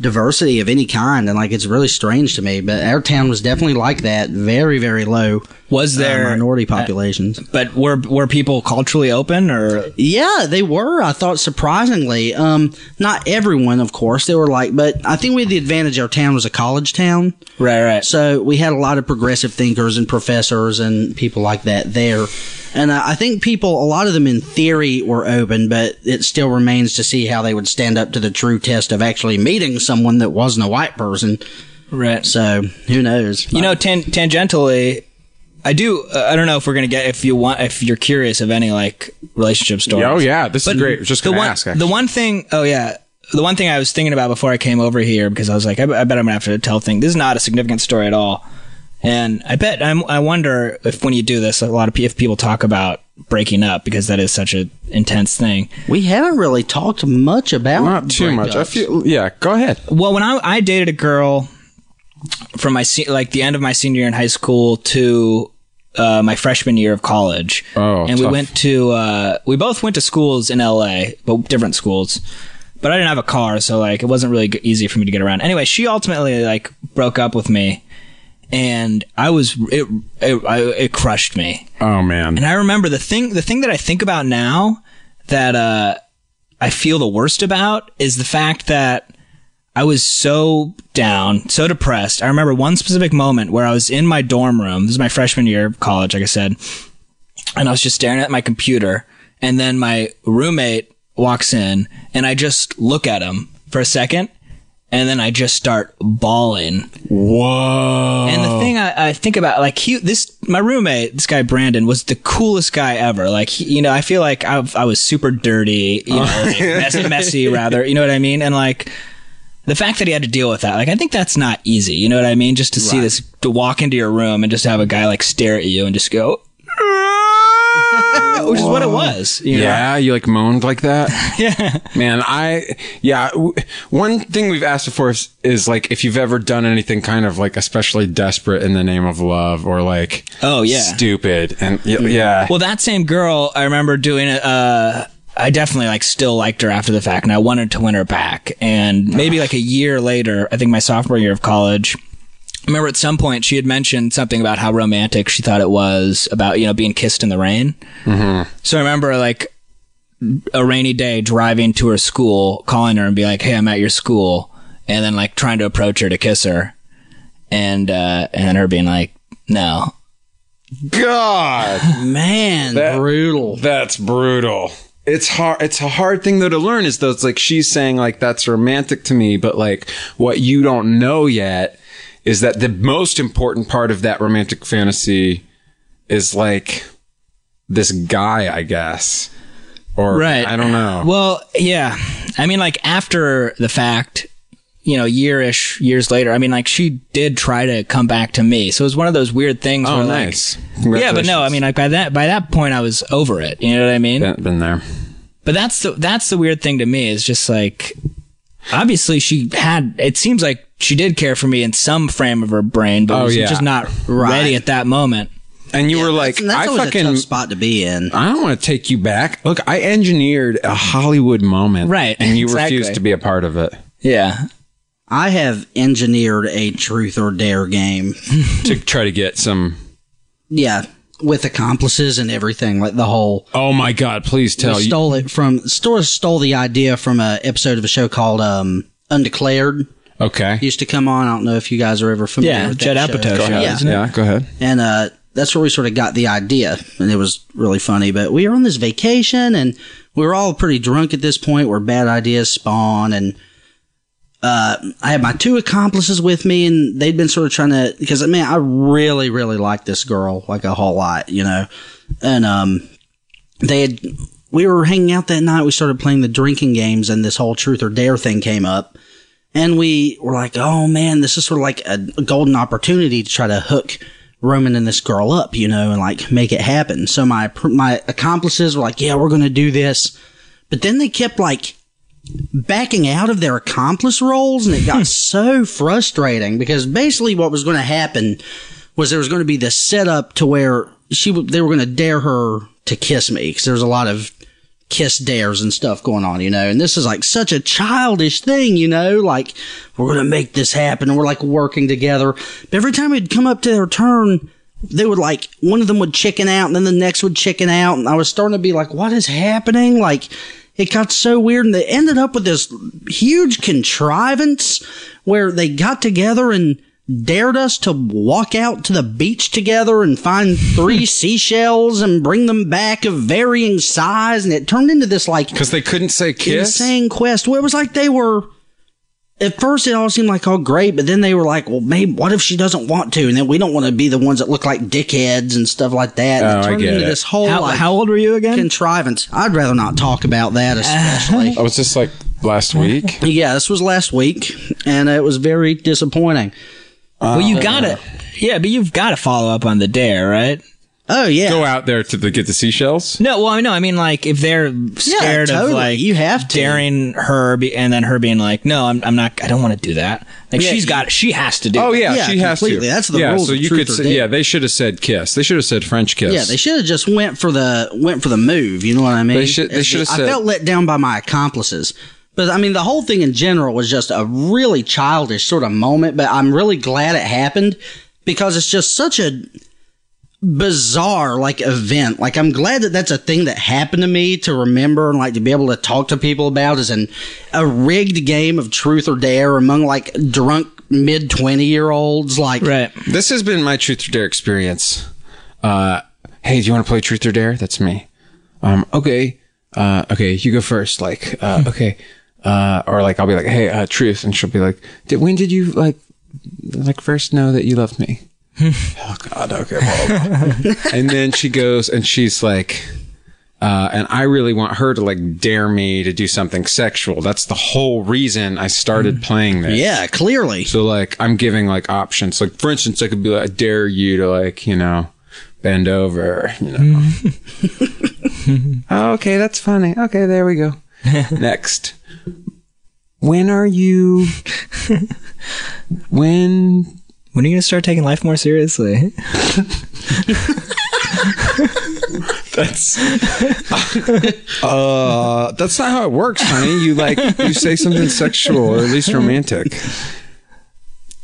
Speaker 3: diversity of any kind, and like it's really strange to me. But our town was definitely like that, very very low
Speaker 4: Was
Speaker 3: uh,
Speaker 4: there
Speaker 3: minority populations.
Speaker 4: But were were people culturally open or
Speaker 3: Yeah, they were. I thought surprisingly, um, not everyone, of course. They were like, but I think we had the advantage. Our town was a college town,
Speaker 4: right? Right.
Speaker 3: so we had a lot of progressive thinkers and professors and people like that there. And I I think people, a lot of them in theory were open, but it still remains to see how they would stand up to the true test of actually meeting someone that wasn't a white person.
Speaker 4: Right.
Speaker 3: So who knows?
Speaker 4: you know, tan- tangentially, I do. Uh, I don't know if we're gonna get if you want if you're curious of any like relationship stories.
Speaker 2: Oh yeah, this is great. I was Just
Speaker 4: the
Speaker 2: gonna
Speaker 4: one,
Speaker 2: ask.
Speaker 4: the
Speaker 2: actually.
Speaker 4: one thing. Oh yeah. The one thing I was thinking about before I came over here because I was like, I, I bet I'm gonna have to tell thing. This is not a significant story at all, and I bet I'm, I wonder if when you do this, a lot of pe- if people talk about breaking up because that is such an intense thing.
Speaker 3: we haven't really talked much about
Speaker 2: Not too much. I
Speaker 3: breakups.
Speaker 2: feel. Yeah, go ahead.
Speaker 4: Well, when I, I dated a girl from my se- like the end of my senior year in high school to uh, my freshman year of college.
Speaker 2: Oh,
Speaker 4: and we
Speaker 2: tough.
Speaker 4: went to uh, we both went to schools in L.A. but different schools. But I didn't have a car, so like it wasn't really g- easy for me to get around. Anyway, she ultimately like broke up with me, and I was it it, I, it crushed me.
Speaker 2: Oh man.
Speaker 4: And I remember the thing the thing that I think about now that uh I feel the worst about is the fact that I was so down, so depressed. I remember one specific moment where I was in my dorm room. This is my freshman year of college, like I said, and I was just staring at my computer. And then my roommate walks in, and I just look at him for a second, and then I just start bawling.
Speaker 2: Whoa.
Speaker 4: And the thing I, I think about, like he, this my roommate, this guy Brandon, was the coolest guy ever. Like he, you know, I feel like I, I was super dirty, you know, like, messy, messy rather. You know what I mean? And like the fact that he had to deal with that, like I think that's not easy. You know what I mean? Just to see this, to walk into your room and just have a guy like stare at you and just go. Which is what it was. You know?
Speaker 2: Yeah, you like moaned like that. yeah, man. I yeah. w- One thing we've asked before is, is like if you've ever done anything kind of like especially desperate in the name of love or like
Speaker 4: Oh, yeah. Mm-hmm.
Speaker 2: stupid and y- yeah.
Speaker 4: Well, that same girl, I remember doing it. Uh, I definitely like still liked her after the fact, and I wanted to win her back. And maybe like a year later, I think my sophomore year of college. I remember at some point she had mentioned something about how romantic she thought it was about you know being kissed in the rain. So I remember like a rainy day driving to her school, calling her and be like, "Hey, I'm at your school," and then like trying to approach her to kiss her, and uh, and then her being like, "No."
Speaker 2: God,
Speaker 3: Man,
Speaker 2: That-
Speaker 3: brutal.
Speaker 2: that's brutal. It's hard. It's a hard thing though to learn. Is though it's like she's saying like that's romantic to me, but like what you don't know yet is that the most important part of that romantic fantasy is like this guy, I guess. Or
Speaker 4: Right.
Speaker 2: I don't know.
Speaker 4: Well, yeah. I mean, like after the fact, you know, year-ish, years later. I mean, like she did try to come back to me, so it was one of those weird things.
Speaker 2: Oh,
Speaker 4: where, like-
Speaker 2: nice.
Speaker 4: yeah, but no, I mean, like by that by that point, I was over it. You know what I mean?
Speaker 2: Been, been there.
Speaker 4: But that's the that's the weird thing to me is just like, obviously she had. It seems like she did care for me in some frame of her brain, but
Speaker 2: Oh,
Speaker 4: it was
Speaker 2: yeah.
Speaker 4: just not ready at that moment.
Speaker 2: And you were like,
Speaker 3: And
Speaker 2: I
Speaker 3: that's always a
Speaker 2: fucking,
Speaker 3: tough spot to be in.
Speaker 2: I don't want to take you back. Look, I engineered a Hollywood moment,
Speaker 4: Right,
Speaker 2: And you
Speaker 4: exactly.
Speaker 2: refused to be a part of it.
Speaker 4: Yeah.
Speaker 3: I have engineered a truth or dare game.
Speaker 2: to try to get some.
Speaker 3: Yeah, with accomplices and everything, like the whole.
Speaker 2: Oh my God! Please tell
Speaker 3: we
Speaker 2: you.
Speaker 3: stole it from stores. Stole the idea from a episode of a show called um, Undeclared.
Speaker 2: Okay.
Speaker 3: Used to come on. I don't know if you guys are ever familiar.
Speaker 4: Yeah,
Speaker 3: with
Speaker 4: Judd
Speaker 3: that
Speaker 4: Apatow
Speaker 3: show.
Speaker 4: show,
Speaker 3: Yeah,
Speaker 4: isn't it?
Speaker 2: Yeah. Go ahead.
Speaker 3: and uh, that's where we sort of got the idea, and it was really funny. But we were on this vacation, and we were all pretty drunk at this point, where bad ideas spawn. And uh, I had my two accomplices with me, and they'd been sort of trying to because uh, man, I really, really liked this girl like a whole lot, you know. And um, they had we were hanging out that night. We started playing the drinking games, and this whole truth or dare thing came up. And we were like, oh man, this is sort of like a golden opportunity to try to hook Roman and this girl up, you know, and like make it happen. So my, my accomplices were like, yeah, we're going to do this. But then they kept like backing out of their accomplice roles and it got so frustrating because basically what was going to happen was there was going to be this setup to where she, w- they were going to dare her to kiss me because there was a lot of kiss dares and stuff going on, you know. And this is like such a childish thing, you know. Like we're gonna make this happen. and We're like working together. But every time it'd come up to their turn, they would like one of them would chicken out, and then the next would chicken out, and I was starting to be like, "What is happening?" Like it got so weird, and they ended up with this huge contrivance where they got together and dared us to walk out to the beach together and find three seashells and bring them back of varying size. And it turned into this like
Speaker 2: Because they couldn't say kiss.
Speaker 3: insane quest where it was like they were. At first, it all seemed like all great, but then they were like, "Well, maybe what if she doesn't want to?" And then we don't want to be the ones that look like dickheads and stuff like that. And
Speaker 2: Oh, I
Speaker 3: it turned
Speaker 2: get
Speaker 3: into
Speaker 2: it.
Speaker 3: this whole
Speaker 4: How,
Speaker 3: like
Speaker 4: how old were you again?
Speaker 3: contrivance. I'd rather not talk about that, especially.
Speaker 2: I was just like last week.
Speaker 3: yeah, this was last week, and it was very disappointing.
Speaker 4: well, you gotta, Uh, yeah, but you've got to follow up on the dare, right?
Speaker 3: Oh yeah,
Speaker 2: Go out there to the, get the seashells.
Speaker 4: No, well, I know. I mean, like if they're scared
Speaker 3: totally.
Speaker 4: of like
Speaker 3: You have to.
Speaker 4: daring her, be, and then her being like, "No, I'm, I'm not. I don't want to do that." Like
Speaker 3: Yeah,
Speaker 4: she's
Speaker 3: you-
Speaker 4: got, she has to do.
Speaker 2: Oh yeah,
Speaker 3: Yeah,
Speaker 2: she has
Speaker 3: completely.
Speaker 2: to.
Speaker 3: That's the
Speaker 2: yeah,
Speaker 3: rules
Speaker 2: So
Speaker 3: of
Speaker 2: you
Speaker 3: truth
Speaker 2: could.
Speaker 3: or
Speaker 2: Say,
Speaker 3: dare.
Speaker 2: yeah, they should have said kiss. They should have said French kiss.
Speaker 3: Yeah, they should have just went for the went for the move. You know what I mean?
Speaker 2: They should- they
Speaker 3: It's-
Speaker 2: should have
Speaker 3: I
Speaker 2: said-
Speaker 3: felt let down by my accomplices, but I mean the whole thing in general was just a really childish sort of moment. But I'm really glad it happened because it's just such a bizarre like event. Like I'm glad that that's a thing that happened to me to remember and like to be able to talk to people about is an a rigged game of truth or dare among like drunk mid 20 year olds like
Speaker 4: Right.
Speaker 2: This has been my truth or dare experience. Uh, hey, do you want to play truth or dare? That's me. Um, okay. Uh, okay, you go first. Like, uh, okay. Uh, or like, I'll be like, hey, uh, truth. And she'll be like, did, when did you like, like first know that you loved me? oh God. Okay. well. and then she goes and she's like, uh, and I really want her to like dare me to do something sexual. That's the whole reason I started playing this.
Speaker 3: yeah clearly
Speaker 2: So like I'm giving like options. Like for instance, I could be like, I dare you to like, you know, bend over, you know. oh, okay, that's funny. Okay, there we go. Next. When are you when
Speaker 4: When are you gonna start taking life more seriously?
Speaker 2: uh that's not how it works, honey. You like you say something sexual or at least romantic.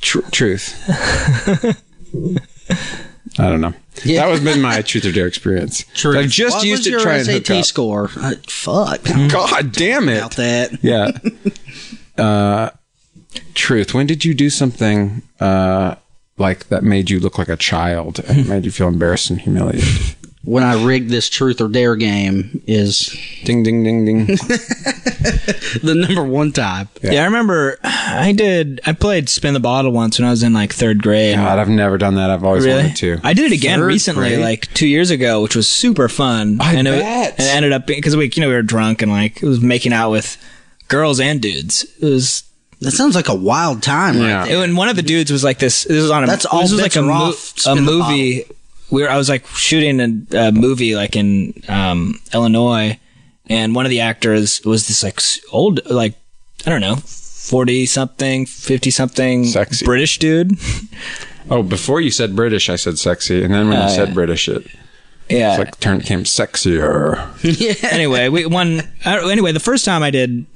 Speaker 2: Tr- truth. I don't know.
Speaker 3: Yeah.
Speaker 2: That was been my truth or dare experience. I've just
Speaker 3: what
Speaker 2: used
Speaker 3: was
Speaker 2: it
Speaker 3: your
Speaker 2: to try and hook
Speaker 3: SAT
Speaker 2: up.
Speaker 3: score Uh, fuck
Speaker 2: God damn
Speaker 3: about
Speaker 2: it.
Speaker 3: that
Speaker 2: Yeah. uh, truth. When did you do something uh, like that made you look like a child and made you feel embarrassed and humiliated?
Speaker 3: when I rigged this truth or dare game is
Speaker 2: Ding, ding, ding, ding.
Speaker 3: the number one time
Speaker 4: Yeah. I remember I did I played Spin the Bottle once when I was in like third grade.
Speaker 2: God, I've never done that. I've always
Speaker 4: Really?
Speaker 2: wanted to.
Speaker 4: I did it again
Speaker 2: Third
Speaker 4: recently,
Speaker 2: grade?
Speaker 4: like two years ago, which was super fun.
Speaker 2: I
Speaker 4: and
Speaker 2: bet.
Speaker 4: It, and it ended up because we, you know, we were drunk and like it was making out with girls and dudes. It was,
Speaker 3: that sounds like a wild time
Speaker 2: Yeah.
Speaker 3: right there.
Speaker 4: and one of the dudes was like this. This was on a.
Speaker 3: That's all
Speaker 4: This was
Speaker 3: bets
Speaker 4: like a,
Speaker 3: are
Speaker 4: mo-
Speaker 3: off,
Speaker 4: a
Speaker 3: spin the
Speaker 4: movie. We were, I was like shooting a, a movie like in um, Illinois, and one of the actors was this like s- old, like I don't know, forty something, fifty something,
Speaker 2: Sexy.
Speaker 4: British dude.
Speaker 2: Oh, before you said British, I said sexy. And then when you said British, it
Speaker 4: Yeah,
Speaker 2: it's
Speaker 4: uh,
Speaker 2: like turned came sexier.
Speaker 4: anyway, we one I, don't- anyway. The first time I did,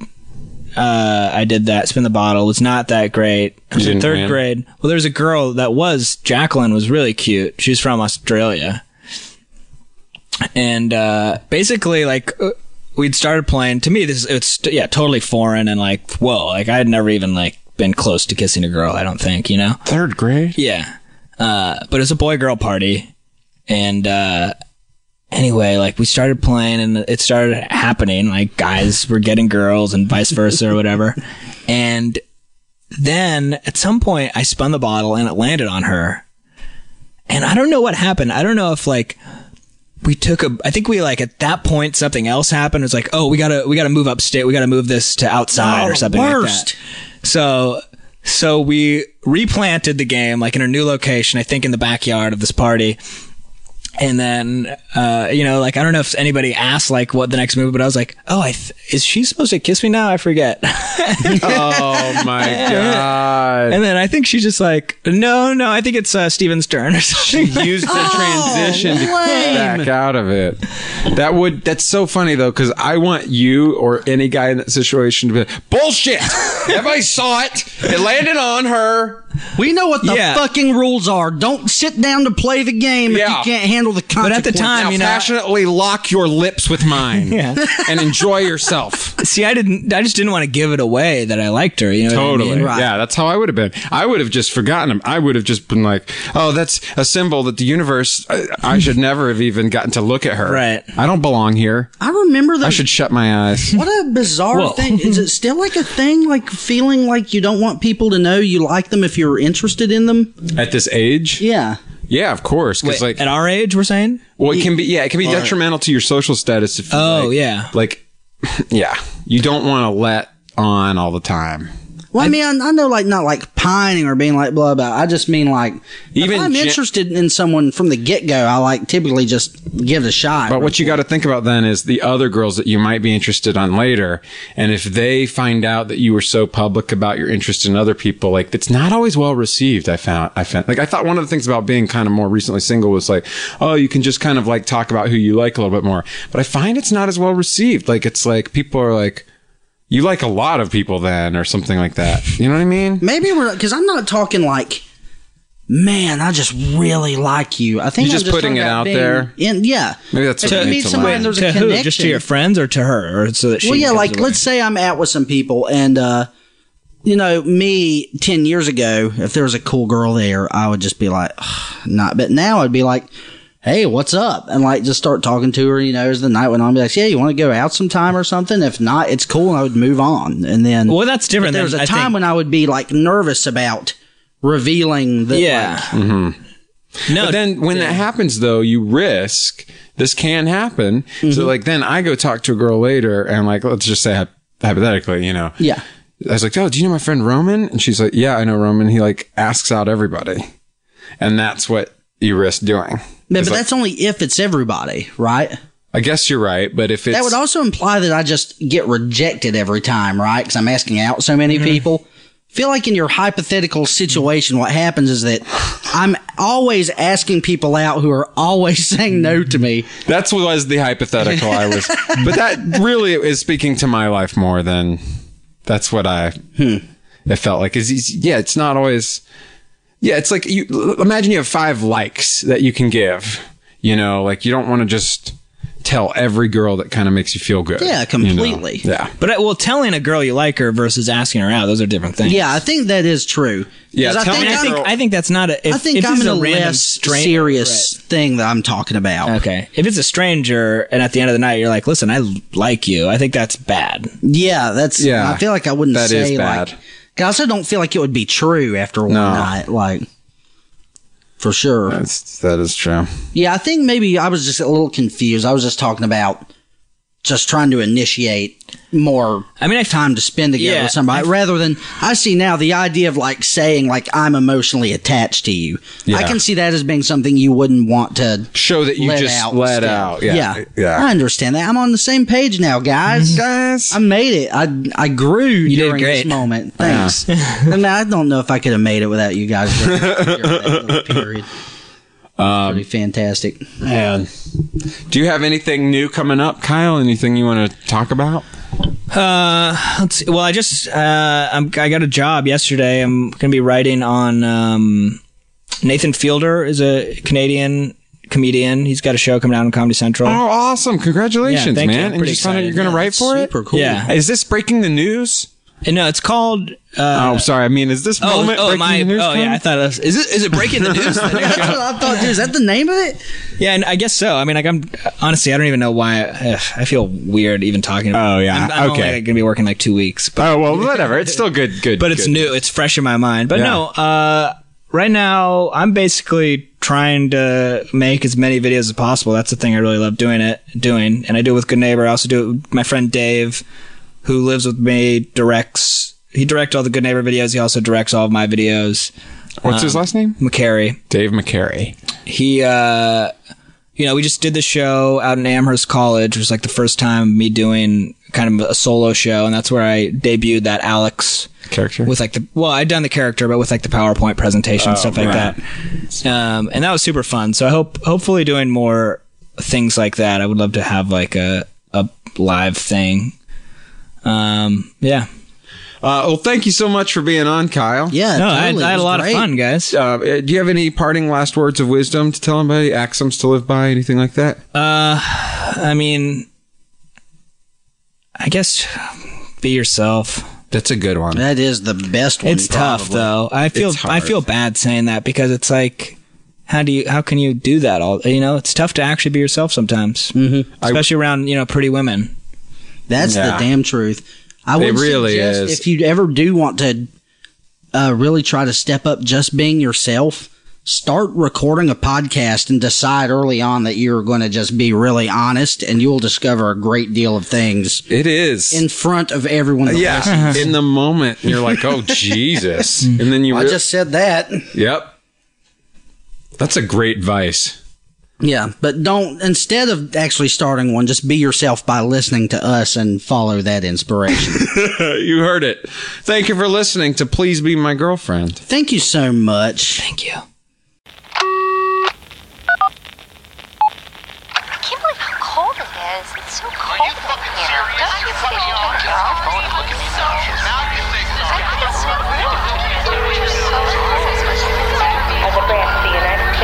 Speaker 4: uh, I did that spin the bottle was not that great. I was
Speaker 2: You
Speaker 4: in
Speaker 2: didn't
Speaker 4: third
Speaker 2: win?
Speaker 4: grade. Well, there was a girl that was Jacqueline was really cute. She was from Australia, and uh, basically like. uh, We'd started playing. To me, this it's yeah, totally foreign and like whoa, like I had never even like been close to kissing a girl. I don't think you know.
Speaker 2: Third grade?
Speaker 4: Yeah. Uh, but it was a boy girl party. And uh, anyway, like we started playing and it started happening. Like guys were getting girls and vice versa or whatever. And then at some point, I spun the bottle and it landed on her. And I don't know what happened. I don't know if like we took a i think we like at that point something else happened it was like oh we gotta we gotta move upstate we gotta move this to outside or something
Speaker 3: worst.
Speaker 4: like that so so we replanted the game like in a new location i think in the backyard of this party and then uh you know like i don't know if anybody asked like what the next move but i was like oh i th- is she supposed to kiss me now i forget
Speaker 2: Oh, my God.
Speaker 4: and then i think she just like no no i think it's uh steven stern or something
Speaker 2: Used the transition to back out of it. That would that's so funny though, because I want you or any guy in that situation to be like, bullshit. Everybody saw it. It landed on her.
Speaker 3: We know what the
Speaker 4: Yeah.
Speaker 3: fucking rules are. Don't sit down to play the game
Speaker 2: Yeah.
Speaker 3: if you can't handle the
Speaker 4: but at
Speaker 3: consequences.
Speaker 4: the time
Speaker 2: Now
Speaker 4: you know
Speaker 2: passionately lock your lips with mine.
Speaker 4: Yeah.
Speaker 2: And enjoy yourself.
Speaker 4: See, I didn't. I just didn't want to give it away that I liked her. You know, what I mean?
Speaker 3: Right.
Speaker 2: Yeah, that's how I would have been. I would have just forgotten him. I would have just been like, oh, that's a symbol that the universe, I, I should never have even gotten to look at her.
Speaker 4: Right.
Speaker 2: I don't belong here.
Speaker 3: I remember that.
Speaker 2: I should shut my eyes.
Speaker 3: what a bizarre
Speaker 4: Whoa.
Speaker 3: thing. Is it still like a thing, like feeling like you don't want people to know you like them if you're interested in them?
Speaker 2: At this age?
Speaker 3: Yeah.
Speaker 2: Yeah, of course. Because
Speaker 4: Wait,
Speaker 2: like,
Speaker 4: at our age, we're saying.
Speaker 2: well, it can be. Yeah, it can be detrimental to your social status. If you,
Speaker 4: Oh,
Speaker 2: like-
Speaker 4: yeah.
Speaker 2: Like, yeah, you don't want to let on all the time.
Speaker 3: Well, I mean, I know, like, not like pining or being like blah about. I just mean like,
Speaker 2: Even
Speaker 3: if I'm
Speaker 2: gen-
Speaker 3: interested in someone from the get go, I like typically just give it a shot.
Speaker 2: But what you got to think about then is the other girls that you might be interested on later, and if they find out that you were so public about your interest in other people, like it's not always well received. I found, I found, like I thought one of the things about being kind of more recently single was like, oh, you can just kind of like talk about who you like a little bit more. But I find it's not as well received. Like it's like people are like, you like a lot of people then, or something like that. You know what I mean?
Speaker 3: Maybe we're because I'm not talking like man, I just really like you. I think
Speaker 2: You're
Speaker 3: I'm
Speaker 2: just putting
Speaker 3: talking
Speaker 2: it
Speaker 3: about
Speaker 2: out
Speaker 3: being
Speaker 2: there?
Speaker 3: In, yeah,
Speaker 2: Maybe that's
Speaker 3: If
Speaker 2: what we
Speaker 3: you
Speaker 2: need
Speaker 3: meet
Speaker 2: to
Speaker 3: someone,
Speaker 2: learn.
Speaker 3: there's
Speaker 4: to
Speaker 3: a
Speaker 4: who?
Speaker 3: connection.
Speaker 4: Just to your friends or to her, or so that she.
Speaker 3: well, yeah,
Speaker 4: comes
Speaker 3: like
Speaker 4: away?
Speaker 3: let's say I'm out with some people, and uh, you know, me ten years ago, if there was a cool girl there, I would just be like, "Ugh, not. But now I'd be like. Hey, what's up? And like, just start talking to her. You know, as the night went on, I'd be like, "Yeah, you want to go out sometime or something? If not, it's cool." And I would move on. And then,
Speaker 4: Well, that's different.
Speaker 3: There was
Speaker 4: than,
Speaker 3: a time when I would be like nervous about revealing that.
Speaker 4: yeah.
Speaker 3: like,
Speaker 4: No,
Speaker 2: But then when that happens, though, you risk this can happen.
Speaker 3: Mm-hmm.
Speaker 2: So, like, then I go talk to a girl later and, like, let's just say hy- hypothetically, you know.
Speaker 3: yeah.
Speaker 2: I was like, oh, do you know my friend Roman? And she's like, yeah, I know Roman. He, like, asks out everybody. And that's what you risk doing.
Speaker 3: Man,
Speaker 2: It's
Speaker 3: but
Speaker 2: like-
Speaker 3: that's only if it's everybody, right?
Speaker 2: I guess you're right. But if it's.
Speaker 3: that would also imply that I just get rejected every time, right? Because I'm asking out so many
Speaker 2: Mm-hmm.
Speaker 3: people. Feel like in your hypothetical situation, what happens is that I'm always asking people out who are always saying no to me.
Speaker 2: That's what was the hypothetical I was, but that really is speaking to my life more than that's what I
Speaker 3: Hmm.
Speaker 2: it felt like. Is is- yeah, it's not always yeah. It's like you l- imagine you have five likes that you can give. You know, like you don't want to just tell every girl that kind of makes you feel good.
Speaker 3: Yeah,
Speaker 2: you know?
Speaker 3: completely.
Speaker 2: Yeah,
Speaker 4: But uh, well, telling a girl you like her versus asking her out, those are different things.
Speaker 3: Yeah, I think that is true.
Speaker 2: Yeah,
Speaker 3: 'Cause I
Speaker 2: tell
Speaker 4: I
Speaker 3: think,
Speaker 4: mean, I
Speaker 2: that
Speaker 3: I'm,
Speaker 4: think
Speaker 2: girl-
Speaker 4: I think that's not a. If,
Speaker 3: I think
Speaker 4: if
Speaker 3: I'm
Speaker 4: it's
Speaker 3: in
Speaker 4: a
Speaker 3: a
Speaker 4: random
Speaker 3: less
Speaker 4: stra-
Speaker 3: serious thing that I'm talking about.
Speaker 4: Okay, if it's a stranger, and at the end of the night you're like, "Listen, I l- like you." I think that's bad.
Speaker 3: Yeah, that's.
Speaker 2: Yeah,
Speaker 3: Yeah, I feel like I wouldn't
Speaker 2: that is
Speaker 3: say
Speaker 2: bad.
Speaker 3: like. I also don't feel like it would be true after one
Speaker 2: No.
Speaker 3: night, like for sure.
Speaker 2: that's that is true.
Speaker 3: Yeah, I think maybe I was just a little confused. I was just talking about just trying to initiate more
Speaker 4: I mean, I
Speaker 3: time to spend together
Speaker 4: Yeah,
Speaker 3: with somebody rather than I see now the idea of like saying like I'm emotionally attached to you. I
Speaker 2: Yeah.
Speaker 3: can see that as being something you wouldn't want to
Speaker 2: Show that you
Speaker 3: let
Speaker 2: just
Speaker 3: out.
Speaker 2: let
Speaker 3: still.
Speaker 2: out. Yeah,
Speaker 3: yeah, I understand that. I'm on the same page now,
Speaker 2: Mm-hmm.
Speaker 3: guys.
Speaker 2: Guys,
Speaker 3: I made it. I I grew
Speaker 4: did
Speaker 3: during
Speaker 4: great.
Speaker 3: this moment. Thanks. I mean, I don't know if I could have made it without you guys. during that little period. Pretty fantastic.
Speaker 2: man. Do you have anything new coming up, Kyle? Anything you want to talk about?
Speaker 4: Uh, let's see. well, I just uh, I'm, I got a job yesterday. I'm gonna be writing on um, Nathan Fielder is a Canadian comedian. He's got a show coming out on Comedy Central.
Speaker 2: Oh, awesome! Congratulations,
Speaker 4: Yeah, thank you.
Speaker 2: man!
Speaker 4: I'm
Speaker 2: And you
Speaker 4: pretty
Speaker 2: just found out
Speaker 4: excited.
Speaker 2: you're going to
Speaker 3: Yeah,
Speaker 2: write
Speaker 3: that's
Speaker 2: for it.
Speaker 3: super cool.
Speaker 4: Yeah.
Speaker 2: Is this breaking the news?
Speaker 4: And no, it's called. Uh,
Speaker 2: oh, sorry. I mean, is this
Speaker 4: Oh,
Speaker 2: moment
Speaker 4: oh
Speaker 2: breaking
Speaker 4: my!
Speaker 2: the news?
Speaker 4: Oh, yeah. I
Speaker 2: Connor?
Speaker 4: thought it was, is it is it breaking the news? The new
Speaker 3: That's
Speaker 4: show?
Speaker 3: what I thought, dude. Is that the name of it?
Speaker 4: yeah, and I guess so. I mean, like I'm honestly, I don't even know why. ugh, I feel weird even talking. about
Speaker 2: Oh, yeah.
Speaker 4: I'm, I'm only,
Speaker 2: Okay.
Speaker 4: like, gonna be working like two weeks, but
Speaker 2: Oh well, whatever. It's still good. Good.
Speaker 4: but it's
Speaker 2: good.
Speaker 4: new. It's fresh in my mind. But
Speaker 2: Yeah.
Speaker 4: no, uh, right now I'm basically trying to make as many videos as possible. That's the thing I really love doing it doing, and I do it with Good Neighbor. I also do it with my friend Dave, who lives with me, directs. He directs all the Good Neighbor videos. He also directs all of my videos.
Speaker 2: What's
Speaker 4: Um,
Speaker 2: his last name?
Speaker 4: McCary.
Speaker 2: Dave McCary.
Speaker 4: He, uh, you know, we just did the show out in Amherst College. It was like the first time me doing kind of a solo show, and that's where I debuted that Alex
Speaker 2: Character.
Speaker 4: with like the well, I'd done the character, but with like the PowerPoint presentation
Speaker 2: Oh,
Speaker 4: and stuff like that. Um, and that was super fun. So I hope hopefully doing more things like that. I would love to have like a a live thing. Um, yeah,
Speaker 2: Uh, well, thank you so much for being on, Kyle.
Speaker 3: Yeah,
Speaker 4: no, I,
Speaker 3: totally.
Speaker 4: I
Speaker 3: It
Speaker 4: had a
Speaker 3: was
Speaker 4: lot
Speaker 3: great.
Speaker 4: of fun, guys.
Speaker 2: Uh, do you have any parting last words of wisdom to tell anybody? Axioms to live by? Anything like that?
Speaker 4: Uh, I mean, I guess be yourself.
Speaker 2: That's a good one.
Speaker 3: That is the best one.
Speaker 4: It's tough
Speaker 3: probably.
Speaker 4: though. I feel
Speaker 2: It's
Speaker 4: I
Speaker 2: hard.
Speaker 4: feel bad saying that because it's like how do you how can you do that all you know it's tough to actually be yourself sometimes mm-hmm. especially around you know pretty women
Speaker 3: That's
Speaker 2: Yeah.
Speaker 3: the damn truth. I would
Speaker 2: really
Speaker 3: suggest
Speaker 2: is.
Speaker 3: if you ever do want to uh, really try to step up just being yourself, start recording a podcast and decide early on that you're going to just be really honest and you'll discover a great deal of things
Speaker 2: It is.
Speaker 3: in front of everyone. that listens.
Speaker 2: yeah. in the moment, you're like, oh Jesus, and then you.
Speaker 3: I
Speaker 2: rea-
Speaker 3: just said that.
Speaker 2: Yep. That's a great vice.
Speaker 3: Yeah, but don't instead of actually starting one, just be yourself by listening to us and follow that inspiration.
Speaker 2: You heard it. Thank you for listening to Please Be My Girlfriend.
Speaker 3: Thank you so much.
Speaker 4: thank you
Speaker 1: I can't believe how cold it is. It's so cold in here. Don't you think you can girl? Now you think so. I think it's so rude. You're so rude.